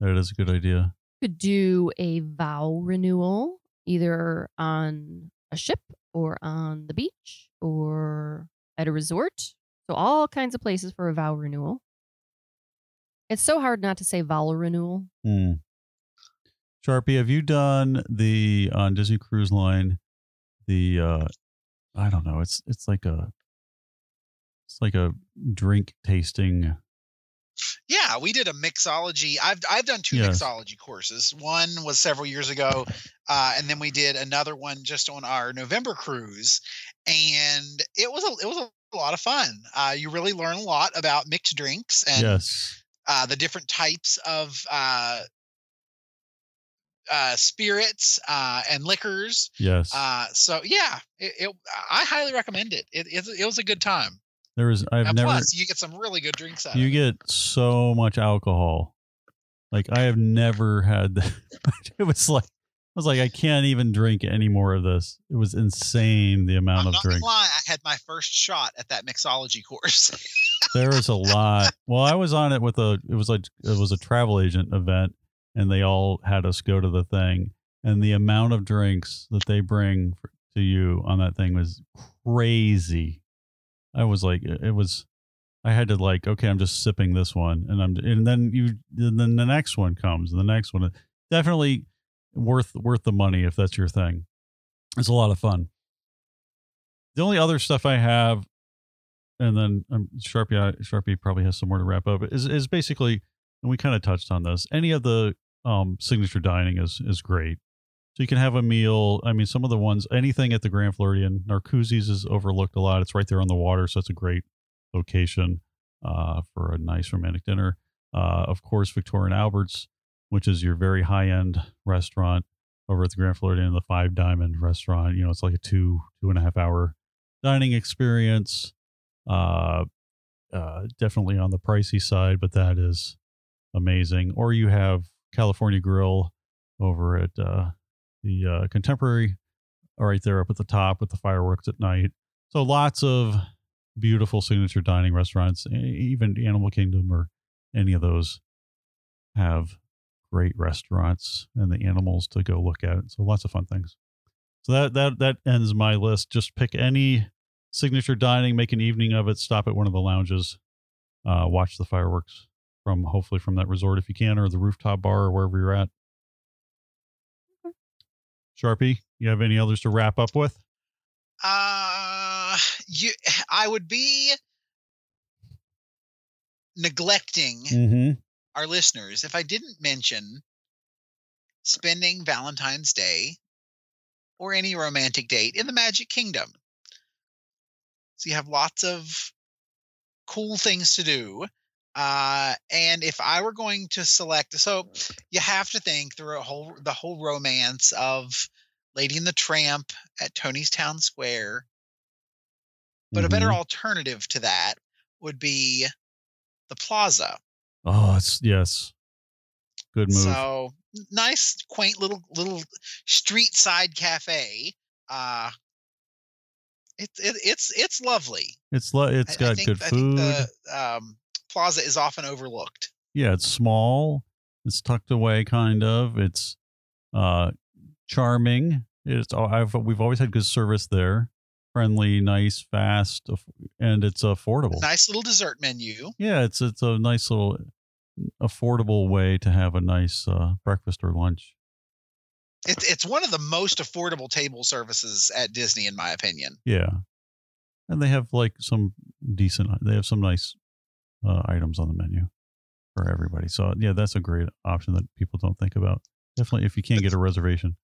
B: That is a good idea.
A: could do a vow renewal either on a ship or on the beach or at a resort. So all kinds of places for a vow renewal. It's so hard not to say vow renewal.
B: Hmm. Sharpie, have you done the on Disney Cruise Line? The uh I don't know. It's it's like a it's like a drink tasting.
C: Yeah, we did a mixology. I've I've done two
B: Yes.
C: mixology courses. One was several years ago, uh, and then we did another one just on our November cruise, and it was a it was a lot of fun. Uh, you really learn a lot about mixed drinks and
B: yes.
C: uh, the different types of uh, uh, spirits uh, and liquors.
B: Yes.
C: Uh, so yeah, it, it I highly recommend it. It, it. it was a good time.
B: there is I've
C: and
B: never
C: plus, uh, you get some really good drinks out. of
B: you
C: it.
B: get so much alcohol. Like I have never had that. it was like I was like I can't even drink any more of this. It was insane the amount
C: I'm
B: of
C: not
B: drink.
C: gonna lie, I had my first shot at that mixology course.
B: There was a lot. Well, I was on it with a. It was like it was a travel agent event, and they all had us go to the thing. And the amount of drinks that they bring for, to you on that thing was crazy. I was like, it it was. I had to like, okay, I'm just sipping this one, and I'm, and then you, and then the next one comes, and the next one, definitely worth worth the money if that's your thing. It's a lot of fun. The only other stuff I have and then um, Sharpie I- Sharpie probably has some more to wrap up. Is is basically, and we kind of touched on this. Any of the um, signature dining is is great. So you can have a meal. I mean, some of the ones, anything at the Grand Floridian, Narcoozie's is overlooked a lot. It's right there on the water, so it's a great location uh, for a nice romantic dinner. Uh, of course, Victoria and Albert's, which is your very high end restaurant over at the Grand Floridian, the Five Diamond restaurant. You know, it's like a two two and a half hour dining experience uh, uh, definitely on the pricey side, but that is amazing. Or you have California Grill over at uh, the uh, Contemporary, right there up at the top with the fireworks at night. So lots of beautiful signature dining restaurants, e- even Animal Kingdom or any of those have great restaurants and the animals to go look at. So lots of fun things. So that that that ends my list. Just pick any signature dining, make an evening of it, stop at one of the lounges, uh, watch the fireworks from hopefully from that resort if you can, or the rooftop bar or wherever you're at. Sharpie, you have any others to wrap up with?
C: Uh, you, I would be neglecting
B: Mm-hmm.
C: our listeners if I didn't mention spending Valentine's Day or any romantic date in the Magic Kingdom. So you have lots of cool things to do. Uh, and if I were going to select, so you have to think through a whole the whole romance of Lady and the Tramp at Tony's Town Square. But a
B: Mm-hmm.
C: better alternative to that would be the Plaza.
B: Oh, it's yes. Good move.
C: So n- nice, quaint little little street side cafe. Uh it, it it's it's lovely.
B: it's lo- it's got good food.
C: the um, plaza is often overlooked.
B: yeah, it's small. It's tucked away, kind of. It's uh, charming. It's I've we've always had good service there. friendly, nice, fast, aff- and it's affordable.
C: Nice little dessert menu.
B: Yeah, it's it's a nice little affordable way to have a nice uh, breakfast or lunch.
C: It's it's one of the most affordable table services at Disney, in my opinion.
B: Yeah, and they have like some decent. They have some nice uh, items on the menu for everybody. So yeah, that's a great option that people don't think about. Definitely, if you can't get a reservation.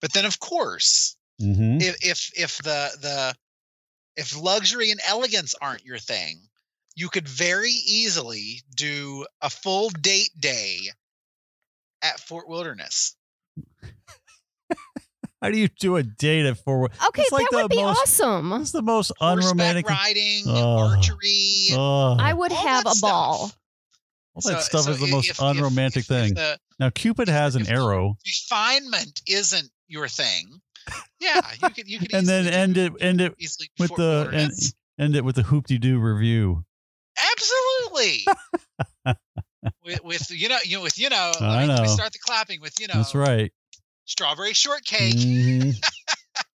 C: But then, of course,
B: Mm-hmm.
C: if if if the the if luxury and elegance aren't your thing, you could very easily do a full date day at Fort Wilderness.
B: How do you do a date at Fort? Worth?
A: Okay,
B: It's like
A: that
B: the
A: would be
B: most- Uh,
A: awesome.
B: It's the most
C: Horseback
B: unromantic.
C: riding,
B: Ugh.
C: archery.
B: Ugh.
A: I would
C: all
A: have
C: that
A: a
C: stuff.
A: ball.
B: all that
C: So-
B: stuff
C: so
B: is the
C: i-
B: most
C: if- if-
B: unromantic
C: if- if
B: thing.
C: the
B: now Cupid has an
C: if-
B: arrow,
C: refinement isn't your thing. Yeah, you could you could
B: and then
C: easily do-
B: end it end it
C: easily do
B: with
C: Fort
B: the end,
C: Wilderness.
B: end it with the hoop de doo review.
C: Absolutely. with, with you know you with you know,
B: I
C: let me- let me
B: know.
C: start the clapping with you know
B: That's right.
C: strawberry shortcake.
B: Mhm.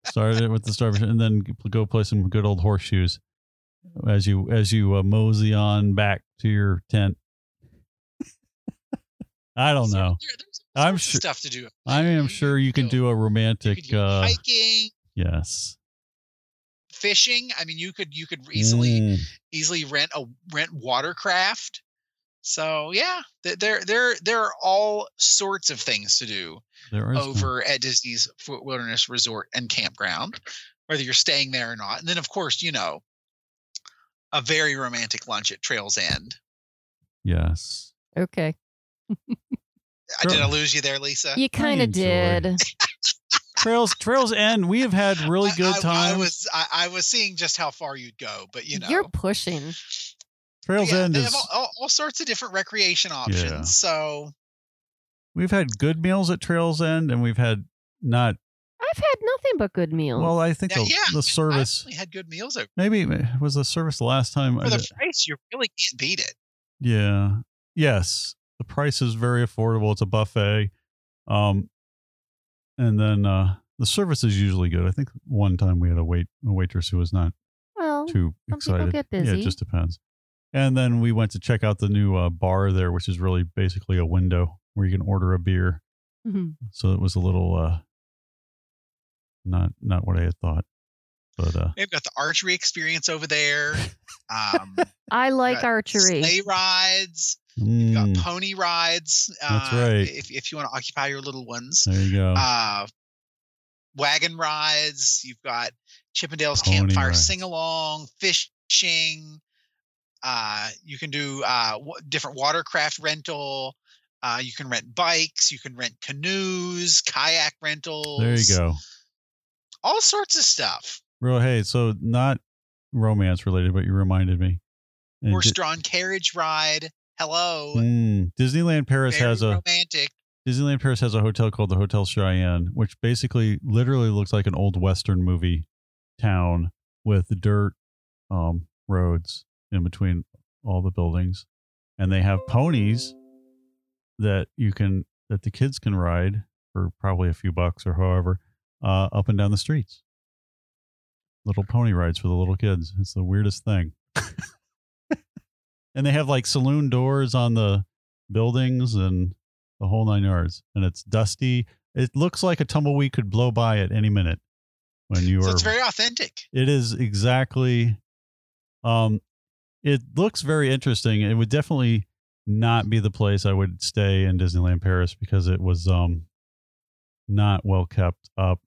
B: Started it with the starfish, and then go play some good old horseshoes as you as you uh, mosey on back to your tent. I don't
C: So
B: know.
C: there- there's all
B: I'm
C: sorts of
B: sure-
C: stuff to do.
B: I am sure you can do a
C: You
B: romantic.
C: could do
B: uh,
C: hiking,
B: yes.
C: fishing. I mean, you could you could easily
B: Mm.
C: easily rent a rent watercraft. So yeah, th- there there there are all sorts of things to do
B: There is
C: over at Disney's Fort Wilderness Resort and Campground, whether you're staying there or not. And then of course, you know, a very romantic lunch at Trails End.
B: Yes.
A: Okay.
C: I did I
B: Sure.
C: lose you there, Lisa?
A: You kind of
B: enjoy.
A: did.
B: Trails trails end. We have had really
C: I-
B: good
C: I,
B: times.
C: I was I, I was seeing just how far you'd go, but you know,
A: You're pushing.
B: trails
C: yeah,
B: end
C: they
B: is
C: have all, all, all sorts of different recreation options.
B: Yeah.
C: So
B: we've had good meals at Trails End and we've had not
A: I've had nothing but good meals.
B: well, I think
C: Yeah,
B: the,
C: yeah.
B: the service
C: I had good meals. Over.
B: maybe it was the service the last time
C: For
B: I
C: the
B: did-
C: price, you really can't beat it.
B: Yeah. Yes. The price is very affordable. It's a buffet. Um and then uh the service is usually good. I think one time we had a wait a waitress who was not
A: Well,
B: too
A: Oh, Some people
B: excited.
A: get
B: Yeah,
A: busy.
B: it just depends. And then we went to check out the new uh, bar there, which is really basically a window where you can order a beer.
A: mhm.
B: So it was a little uh not not what I had thought. But uh
C: They've got the archery experience over there. Um,
A: I like
C: got
A: archery.
C: sleigh rides.
B: mm,
C: You've got uh, pony rides. Uh,
B: That's right.
C: If if you want to occupy your little ones,
B: there you go.
C: uh, wagon rides. You've got Chippendales
B: Pony
C: campfire
B: rides.
C: sing along, fishing. Uh, you can do uh, w- different watercraft rental. Uh, you can rent bikes. You can rent canoes, kayak rentals.
B: there you go.
C: All sorts of stuff.
B: Real hey, so not romance related, but you reminded me. And Di-
C: Horse-drawn carriage ride. Hello.
B: Mm, Disneyland Paris
C: Very
B: has a
C: romantic.
B: Disneyland Paris has a hotel called the Hotel Cheyenne, which basically literally looks like an old western movie town with dirt um, roads in between all the buildings, and they have ponies that you can that the kids can ride for probably a few bucks or however uh, up and down the streets. Little pony rides for the little kids. It's the weirdest thing. and they have like saloon doors on the buildings and the whole nine yards. And it's dusty. It looks like a tumbleweed could blow by at any minute when you
C: So
B: are
C: it's very authentic.
B: it is exactly. Um, it looks very interesting. It would definitely not be the place I would stay in Disneyland Paris because it was um not well kept up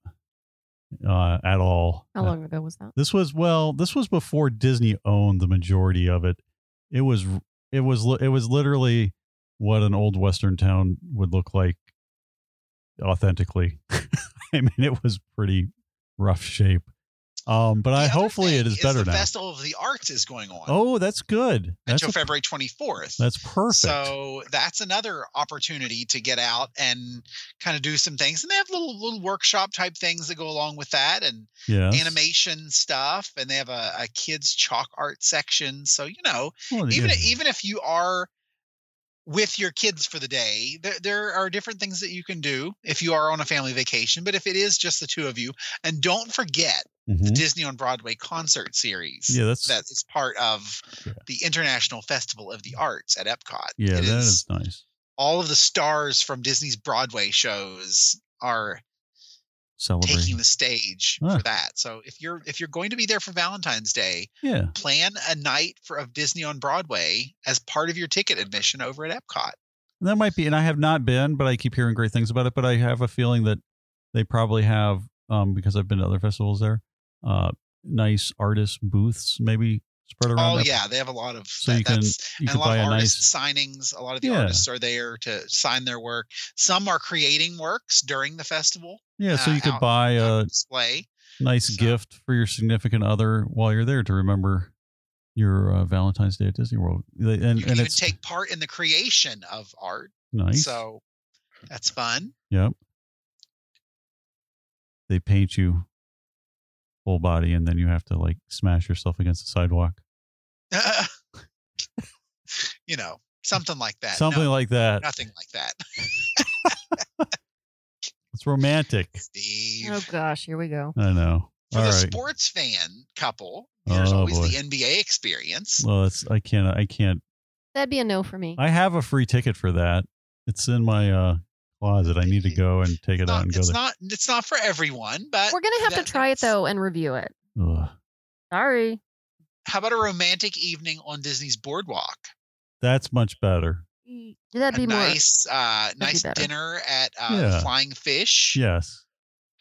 B: uh, at all.
A: How long ago was that?
B: This was well, this was before Disney owned the majority of it. It was it was li- it was literally what an old western town would look like authentically. I mean, it was pretty rough shape. Um, but I
C: The other
B: hopefully it
C: thing
B: is, better
C: the
B: now.
C: Festival of the Arts is going on
B: oh, that's good. That's
C: until
B: a-
C: February 24th.
B: that's perfect.
C: So that's another opportunity to get out and kind of do some things. And they have little little workshop type things that go along with that and
B: yeah,
C: animation stuff. And they have a, a kids chalk art section. So, you know,
B: Well,
C: even
B: yeah.
C: even if you are with your kids for the day. There, there are different things that you can do if you are on a family vacation, but if it is just the two of you, and don't forget
B: Mhm.
C: the Disney on Broadway concert series
B: Yeah, that's
C: that is part of
B: Yeah.
C: the International Festival of the Arts at Epcot.
B: yeah,
C: It
B: that is nice.
C: all of the stars from Disney's Broadway shows are taking
B: Celebrating.
C: the stage
B: Huh.
C: for that. So if you're if you're going to be there for Valentine's Day,
B: yeah,
C: plan a night for of Disney on Broadway as part of your ticket admission over at Epcot.
B: And that might be. And I have not been, but I keep hearing great things about it. But I have a feeling that they probably have, um, because I've been to other festivals there, uh, nice artist booths maybe spread around.
C: Oh
B: that.
C: yeah, they have a lot of
B: So you can-
C: that's-
B: you
C: and
B: could
C: a lot
B: buy
C: of
B: a
C: artist
B: nice.
C: signings. A lot of the
B: Yeah.
C: artists are there to sign their work. Some are creating works during the festival
B: Yeah, so
C: uh,
B: you could
C: out-
B: buy
C: uh,
B: a
C: display.
B: nice
C: so-
B: gift for your significant other while you're there to remember your uh, Valentine's Day at Disney World. They- And,
C: You
B: and
C: can even
B: it's
C: take part in the creation of art.
B: nice.
C: So that's fun.
B: Yep. They paint you full body, and then you have to like smash yourself against the sidewalk.
C: you know, something like that.
B: Something
C: No,
B: like that.
C: nothing like that.
B: It's romantic.
C: Steve.
A: Oh gosh, here we go.
B: I know.
C: For
B: All
C: the
B: right.
C: sports fan couple, there's
B: Oh,
C: always
B: boy.
C: the NBA experience.
B: Well, it's, I can't. I can't.
A: That'd be a no for me.
B: I have a free ticket for that. It's in my uh, closet. I need to go and take it
C: Not-
B: out and go
C: it's
B: there.
C: not it's not for everyone, but
A: We're gonna have
C: Uh, that-
A: to try it
C: that's-
A: though and review it.
B: Ugh.
A: Sorry.
C: how about a romantic evening on Disney's boardwalk?
B: That's much better.
A: That'd be
C: a nice uh,
A: be
C: nice
A: better.
C: dinner at uh,
B: Yeah.
C: Flying Fish,
B: Yes.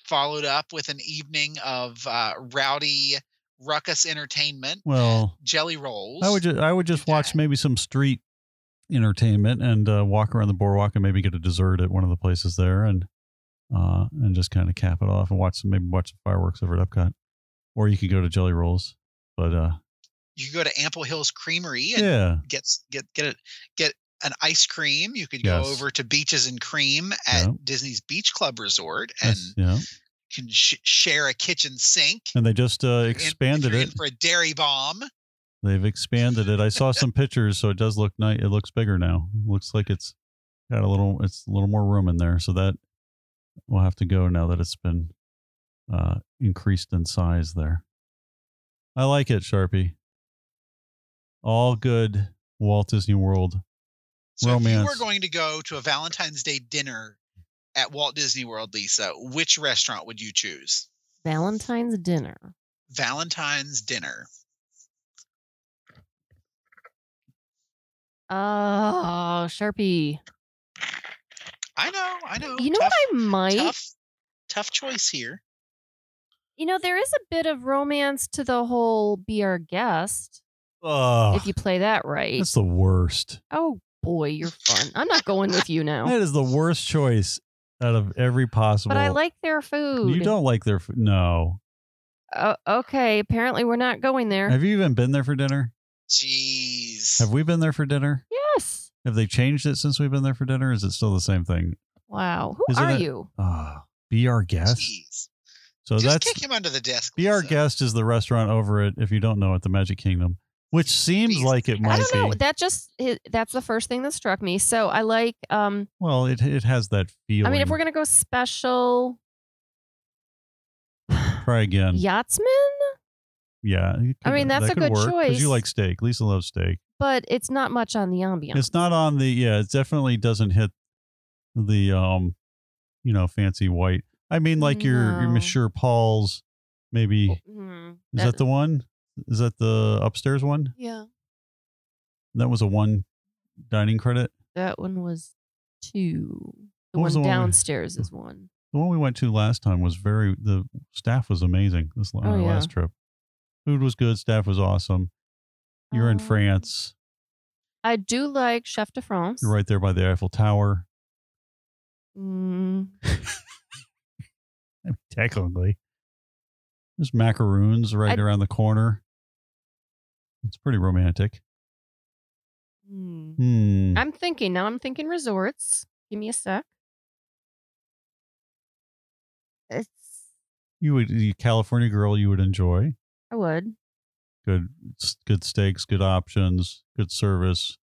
C: followed up with an evening of uh, rowdy ruckus entertainment,
B: Well,
C: jelly rolls.
B: I would. Ju- I would just watch maybe some street entertainment and uh, walk around the boardwalk and maybe get a dessert at one of the places there and uh, and just kind of cap it off and watch some maybe watch the fireworks over at Epcot, or you could go to Jelly Rolls. But uh,
C: you could go to Ample Hills Creamery and
B: yeah,
C: get s- get get a, get an ice cream. You could
B: Yes.
C: go over to Beaches and Cream at
B: Yeah.
C: Disney's Beach Club Resort and
B: that's- yeah.
C: can sh- share a kitchen sink.
B: And they just uh,
C: If you're in- if
B: expanded
C: you're
B: it.
C: in for a dairy bomb.
B: They've expanded it. I saw some pictures, so it does look nice. It looks bigger now. Looks like it's got a little. It's a little more room in there. So that we'll have to go now that it's been uh, increased in size. There, I like it, Sharpie. All good Walt Disney World.
C: So if you were
B: Romance.
C: going to go to a Valentine's Day dinner at Walt Disney World, Lisa, which restaurant would you choose?
A: Valentine's dinner.
C: Valentine's dinner.
A: Oh, Sharpie.
C: I know, I know.
A: You know
C: tough,
A: what I might?
C: tough, tough choice here.
A: You know, there is a bit of romance to the whole be our guest
B: Oh,
A: if you play that right.
B: that's the worst.
A: Oh boy, you're fun. I'm not going with you now.
B: That is the worst choice out of every possible.
A: But I like their food.
B: You don't like their food. No.
A: Oh, okay, apparently we're not going there.
B: Have you even been there for dinner?
C: Jeez.
B: Have we been there for dinner?
A: yes.
B: Have they changed it since we've been there for dinner? Is it still the same thing?
A: Wow. Who
B: Isn't
A: are
B: it-
A: you?
B: Ah, be our guest.
C: Jeez.
B: So
C: Just
B: that's
C: kick him under the desk.
B: be our
C: Lisa.
B: guest is the restaurant over at if you don't know at the Magic Kingdom, which seems
C: Jeez.
B: like it
A: I
B: might
A: don't know.
B: be.
A: That just it- that's the first thing that struck me. So I like um
B: Well, it it has that feeling.
A: I mean if we're going to go special
B: try again, yeah,
A: yachtsman,
B: it
A: I mean, that's
B: that
A: a
B: could
A: good
B: work, 'cause
A: choice.
B: You like steak. Lisa loves steak.
A: but it's not much on the ambiance.
B: It's not on the yeah. It definitely doesn't hit the um, you know, fancy white. I mean, like your your
A: No.
B: Monsieur Paul's maybe.
A: Mhm.
B: Is that the one? Is that the upstairs one?
A: Yeah.
B: That was a one dining credit.
A: That one was 2. The
B: What
A: one
B: was the one we-
A: downstairs is 1.
B: The one we went to last time was very. The staff was amazing. This on
A: Oh,
B: our
A: yeah.
B: last trip, food was good. Staff was awesome. You're in
A: Um,
B: France.
A: I do like Chef de France.
B: You're right there by the Eiffel Tower.
A: Mm,
B: I mean, technically, there's macaroons right
A: I-
B: around the corner. It's pretty romantic.
A: mm.
B: Hmm.
A: I'm thinking now. I'm thinking resorts. Give me a sec. It's
B: you would you California girl. You would enjoy
A: I would.
B: good good steaks, good options, good service,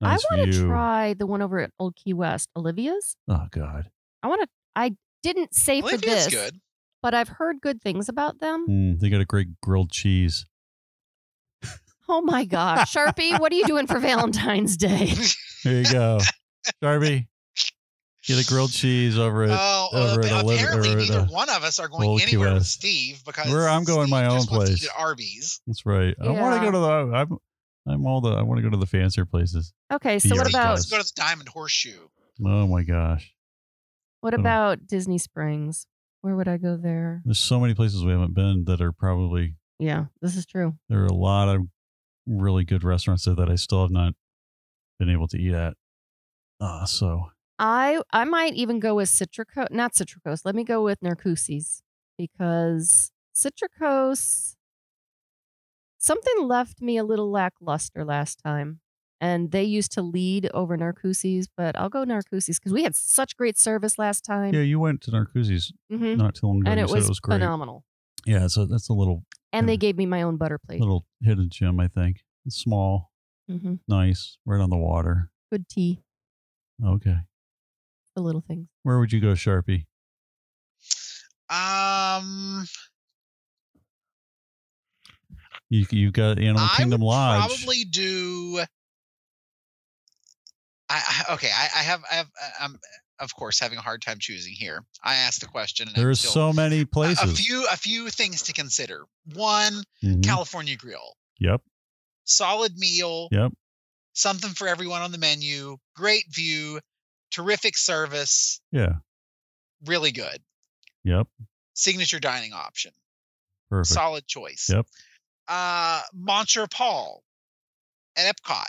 B: Nice
A: I want to
B: view.
A: try the one over at Old Key West, Olivia's.
B: Oh God.
A: I want to. I didn't say
C: Olivia's
A: for this,
C: good.
A: but I've heard good things about them.
B: Mm, they got a great grilled cheese.
A: Oh my gosh, Sharpie, what are you doing for Valentine's Day?
B: There you go, Darby. Get a grilled cheese over at
C: Oh,
B: over at
C: well,
B: Olive-
C: apparently
B: or at,
C: neither
B: uh,
C: one of us are going
B: Old Key
C: anywhere with
B: West.
C: Steve because
B: Where I'm going
C: Steve
B: my
C: just
B: own
C: wants to eat
B: place.
C: at Arby's.
B: That's right. I want
A: Yeah.
B: to go to the. I'm, I'm all the. I want to go to the fancier places.
A: Okay, so what
B: Yours
A: about
B: does.
C: Let's go to the Diamond Horseshoe.
B: Oh my gosh,
A: what
B: Oh.
A: about Disney Springs? Where would I go there?
B: there's so many places we haven't been that are probably
A: Yeah, this is true.
B: there are a lot of really good restaurants there that I still have not been able to eat at. Ah, so
A: I I might even go with Citrico, not Citricose. Let me go with Narcooses because Citricose something left me a little lackluster last time. And they used to lead over Narcooses, but I'll go Narcooses because we had such great service last time.
B: yeah, you went to Narcoosie's
A: hmm
B: not too long ago.
A: And
B: you
A: it
B: said
A: was,
B: it was great.
A: phenomenal.
B: Yeah, so that's a little
A: And they
B: Yeah.
A: gave me my own butter plate.
B: little hidden gem, I think. It's small,
A: hmm
B: nice, right on the water.
A: Good tea,
B: Okay,
A: the little things.
B: where would you go, Sharpie?
C: Um,
B: You you got Animal
C: I
B: Kingdom
C: would
B: Lodge.
C: probably do. I, I okay. I, I have. I have. I'm of course having a hard time choosing here. I asked the question. And I'm
B: there are
C: still-
B: so many
C: a-
B: places.
C: A few. A few things to consider. One,
B: Mhm.
C: California Grill,
B: Yep.
C: solid meal.
B: Yep.
C: Something for everyone on the menu. Great view. Terrific service.
B: Yeah.
C: Really good.
B: Yep.
C: Signature dining option.
B: Perfect.
C: Solid choice.
B: Yep.
C: Uh Montre Paul at Epcot.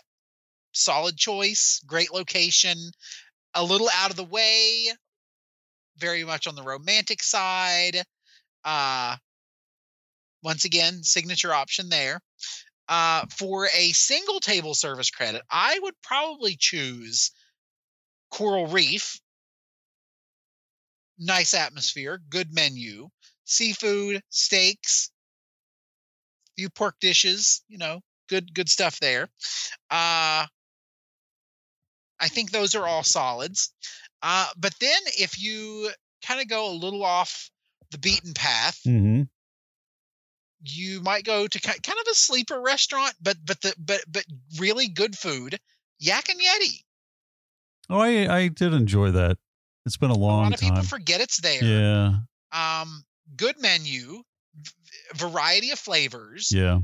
C: Solid choice, great location, a little out of the way, very much on the romantic side. Uh once again, signature option there. Uh for a single table service credit, I would probably choose Coral Reef. Nice atmosphere, good menu, seafood, steaks, few pork dishes, you know, good good stuff there. Uh I think those are all solids. Uh but then if you kind of go a little off the beaten path,
B: Mm-hmm.
C: you might go to ki- kind of a sleeper restaurant but but the but but really good food, Yak and Yeti.
B: Oh, I I did enjoy that. It's been a
C: A
B: long
C: lot of
B: time.
C: people forget it's there.
B: yeah,
C: Um good menu, v- variety of flavors.
B: yeah,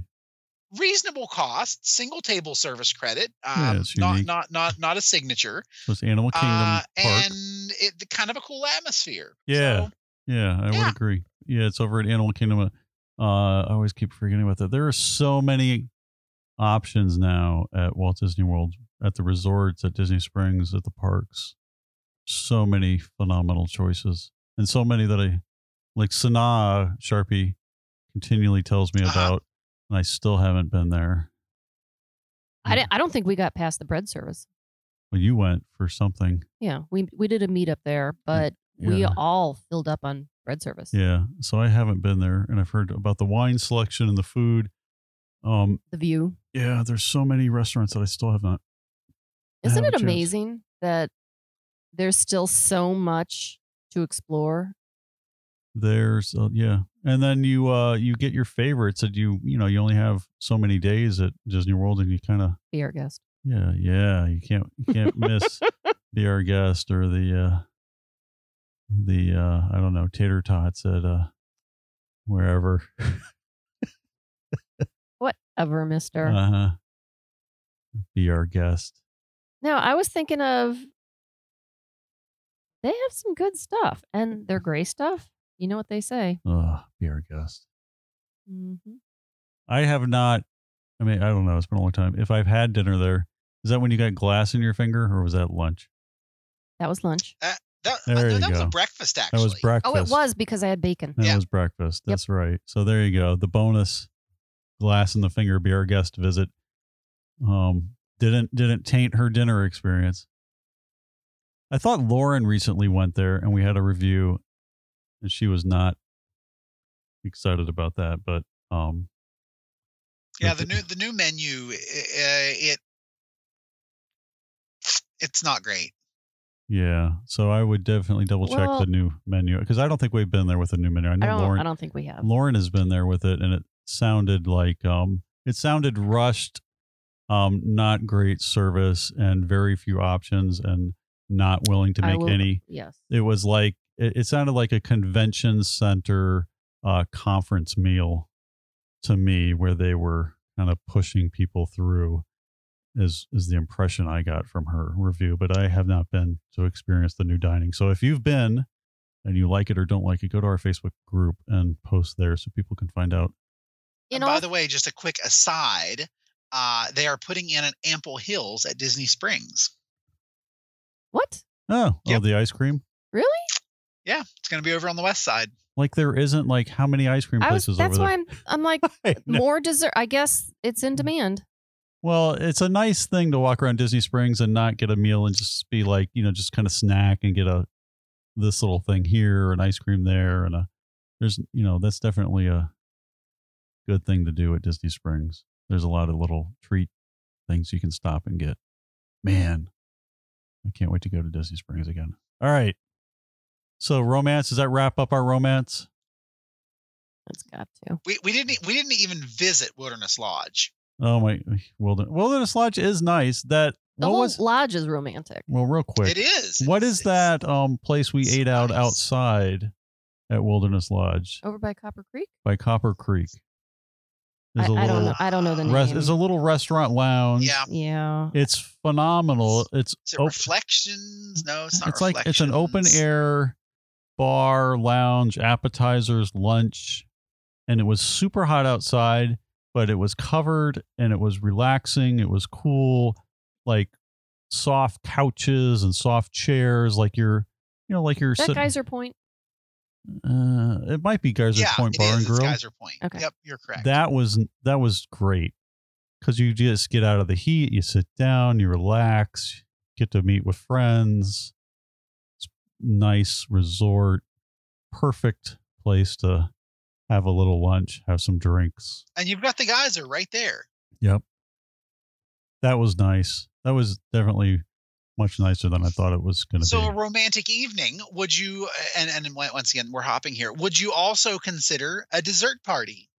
C: reasonable cost, single table service credit,
B: Yeah,
C: um,
B: it's
C: not
B: unique.
C: not not not a signature,
B: it was Animal Kingdom
C: uh,
B: Park.
C: and it the- kind of a cool atmosphere.
B: Yeah.
C: So,
B: Yeah, I would
C: Yeah.
B: agree. Yeah, it's over at Animal Kingdom. Uh, I always keep forgetting about that. There are so many options now at Walt Disney World, at the resorts, at Disney Springs, at the parks. So many phenomenal choices, and so many that I like. Sanaa Sharpie continually tells me
C: Uh-huh.
B: about, and I still haven't been there.
A: I, di- I don't think we got past the bread service.
B: Well, you went for something.
A: Yeah, we we did a meetup there, but we
B: Mm, Yeah.
A: all filled up on bread service.
B: Yeah. So I haven't been there and I've heard about the wine selection and the food. Um
A: The view.
B: yeah, there's so many restaurants that I still have not. I
A: Isn't
B: have
A: it
B: a chance.
A: amazing that there's still so much to explore?
B: There's uh, yeah. And then you uh you get your favorites that you you know, you only have so many days at Disney World and you kind of
A: Be our guest.
B: yeah, yeah, you can't you can't miss the our guest or the uh the uh I don't know, tater tots at uh wherever.
A: Whatever, mister.
B: Uh-huh. Be our guest.
A: no, I was thinking of they have some good stuff and their gray stuff. You know what they say.
B: Uh, be our guest.
A: hmm
B: Mm-hmm. I have not. I mean, I don't know. It's been a long time. If I've had dinner there, is that when you got glass in your finger, or was that lunch?
A: That was lunch.
C: That,
B: There
C: no,
B: you
C: that was a
B: go.
C: breakfast
B: That
C: actually.
B: was breakfast.
A: Oh, it was because I had bacon.
B: That
C: Yeah.
B: was breakfast. That's right. So there you go. The bonus glass in the finger be our guest visit. Um, didn't didn't taint her dinner experience. I thought Lauren recently went there and we had a review, and she was not excited about that. But um,
C: yeah, the new the new menu uh, it it's not great.
B: Yeah. So I would definitely double check
A: Well-
B: the new menu because I don't think we've been there with the new menu. I know
A: I don't.
B: Lauren
A: I don't think we have.
B: Lauren has been there with it, and it sounded like um, it sounded rushed, um, not great service, and very few options, and not willing to
A: I
B: make
A: will-
B: any.
A: Yes.
B: It was like it, it sounded like a convention center uh, conference meal to me, where they were kind of pushing people through. Is is the impression I got from her review, but I have not been to experience the new dining. So if you've been and you like it or don't like it, go to our Facebook group and post there so people can find out.
A: You
C: and
A: know.
C: by the way, just a quick aside, uh, they are putting in an Ample Hills at Disney Springs.
A: what?
B: Oh,
C: Yep.
B: oh, the ice cream.
A: Really?
C: Yeah, it's going to be over on the west side.
B: Like there isn't like how many ice cream
A: I was.
B: places
A: That's
B: over Mm.
A: why I'm. I'm like
B: there. I know.
A: more dessert. I guess it's in demand.
B: Well, it's a nice thing to walk around Disney Springs and not get a meal and just be like, you know, just kind of snack and get a this little thing here, an ice cream there, and a there's you know that's definitely a good thing to do at Disney Springs. There's a lot of little treat things you can stop and get. Man, I can't wait to go to Disney Springs again. All right. So romance, does that wrap up our romance?
A: It's got to.
C: We we didn't e- we didn't even visit Wilderness Lodge.
B: Oh my wilderness Wilderness Lodge is nice. That
A: The
B: what
A: whole
B: was
A: lodge is romantic.
B: well real quick.
C: It is.
B: What
C: It's-
B: is
C: it's-
B: that um place we
C: it's
B: ate out
C: nice.
B: outside at Wilderness Lodge
A: Over by Copper Creek.
B: by Copper Creek?
A: I,
B: a
A: I don't know.
B: little
A: I don't know the name.
B: res- there's a little restaurant lounge.
C: Yeah.
A: yeah.
B: It's phenomenal. It's
C: Is it
B: op-
C: Reflections? No, it's not.
B: oh, it's like it's an open
C: Reflections.
B: air bar, lounge, appetizers, lunch, and it was super hot outside, but it was covered and it was relaxing. It was cool, like soft couches and soft chairs, like you're, you know, like you're
A: That
B: sitting-
A: Geyser Point.
B: Uh, it might be Geyser
C: yeah,
B: Point
C: it
B: Bar
C: is.
B: and
C: It's
B: Grill.
C: Geyser Point.
A: Okay.
C: Yep, you're correct.
B: That was that was great because you just get out of the heat, you sit down, you relax, get to meet with friends. It's nice resort, perfect place to have a little lunch, have some drinks.
C: and you've got the geyser right there.
B: That was nice. That was definitely much nicer than I thought it was going to
C: So a
B: be.
C: romantic evening. Would you? And and once again, we're hopping here. Would you also consider a dessert party?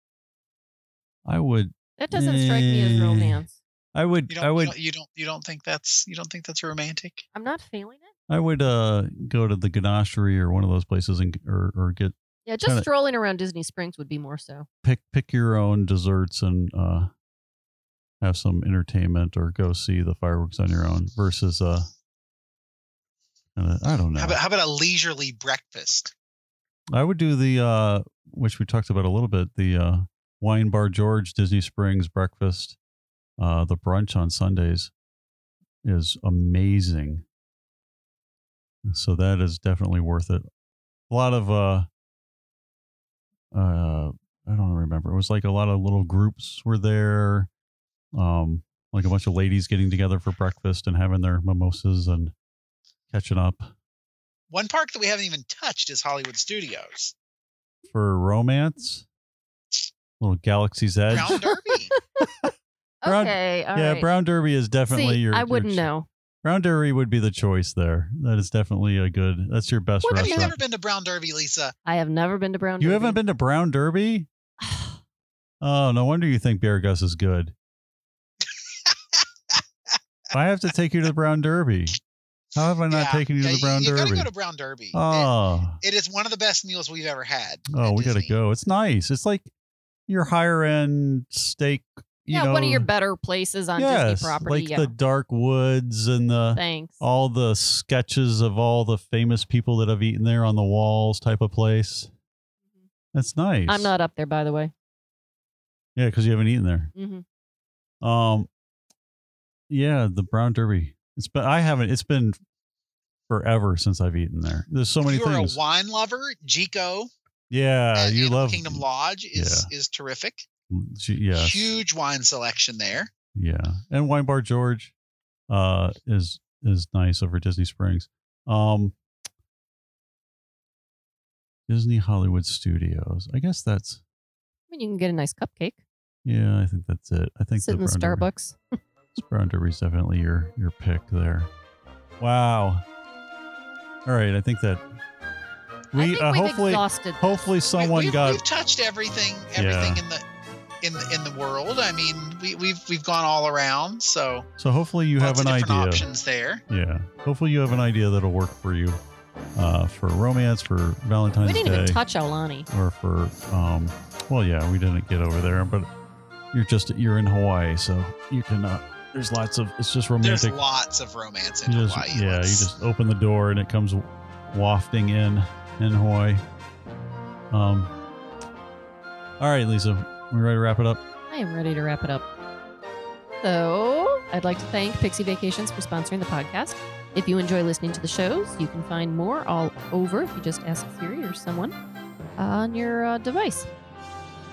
B: I would,
A: That doesn't strike me as
B: Eh.
A: romance.
B: I would,
C: You
B: I
C: don't,
B: would,
C: you don't. You don't. You don't think that's. You don't think that's romantic.
A: I'm not feeling it.
B: I would uh go to the ganachery or one of those places and or or get
A: Yeah, just
B: Kinda-
A: strolling around Disney Springs would be more so.
B: pick pick your own desserts and uh have some entertainment or go see the fireworks on your own versus uh kinda- I don't know.
C: How about how about a leisurely breakfast?
B: I would do the uh which we talked about a little bit, the uh Wine Bar George Disney Springs breakfast. Uh the brunch on Sundays is amazing. So that is definitely worth it. A lot of uh uh I don't remember. It was like a lot of little groups were there. Um like a bunch of ladies getting together for breakfast and having their mimosas and catching up
C: One park that we haven't even touched is Hollywood Studios.
B: for romance. Little Galaxy's Edge.
C: Brown Derby.
B: Brown-
A: okay, all right.
B: yeah, Brown Derby is definitely
A: See,
B: your.
A: I
B: your
A: wouldn't
B: ch-
A: know.
B: Brown Derby would be the choice there. That is definitely a good. That's your best
A: What
C: Have you
B: restaurant.
C: never been to Brown Derby, Lisa?
A: I have never been to Brown.
B: You
A: Derby.
B: haven't been to Brown Derby? Oh, no wonder you think Bear Gus is good. I have to take you to the Brown Derby. How have I not
C: Yeah,
B: taken you
C: yeah,
B: to the Brown
C: you,
B: Derby?
C: You gotta go to Brown Derby. It-
B: oh,
C: it is one of the best meals we've ever had.
B: oh,
C: at
B: we gotta
C: Disney.
B: go. It's nice. It's like your higher end steak. You
A: yeah,
B: know,
A: one of your better places on
B: yes,
A: Disney property.
B: like
A: yeah.
B: the dark woods and the
A: Thanks.
B: all the sketches of all the famous people that have eaten there on the walls type of place. That's nice.
A: Mm-hmm. I'm not up there, by the way.
B: Yeah, because you haven't eaten there.
A: hmm
B: Um, yeah, the brown derby. It's but I haven't. It's been forever since I've eaten there. There's so many
C: you are
B: things.
C: a wine lover, Jico.
B: yeah,
C: at
B: you
C: Animal
B: love
C: Kingdom Lodge is is terrific.
B: G- Yes.
C: Huge wine selection there.
B: Yeah, and Wine Bar George uh, is is nice over Disney Springs. Um, Disney Hollywood Studios. I guess that's
A: I mean, you can get a nice cupcake,
B: yeah. I think that's it. I think
A: sit in the
B: Brown Derby-
A: Starbucks.
B: Brown Derby's definitely your your pick there. Wow. All right, I think that we
A: I think
B: uh,
A: we've
B: hopefully
A: exhausted this.
B: hopefully someone
C: we, we've,
B: got
C: we've touched everything everything in the in the in the world. I mean, we, we've we've gone all around, so
B: so hopefully you have
C: lots
B: an
C: of different
B: idea.
C: options there.
B: Yeah. Hopefully you have an idea that'll work for you uh, for romance for
A: We
B: Valentine's
A: didn't
B: Day
A: even touch Aulani.
B: or for um well yeah, we didn't get over there, but you're just you're in Hawaii, so you can uh, there's lots of it's just
C: There's
B: romantic
C: lots of romance in
B: You just-
C: Hawaii.
B: Yeah, you
C: Let's-
B: just open the door and it comes wafting in in Hawaii. Um. All right, Lisa, we ready to wrap it up?
A: I am ready to wrap it up. So, I'd like to thank Pixie Vacations for sponsoring the podcast. If you enjoy listening to the shows, you can find more all over if you just ask Siri or someone on your uh, device.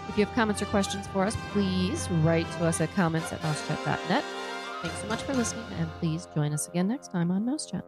A: If you have comments or questions for us, please write to us at comments at mousechat.net. Thanks so much for listening, and please join us again next time on Mousechat.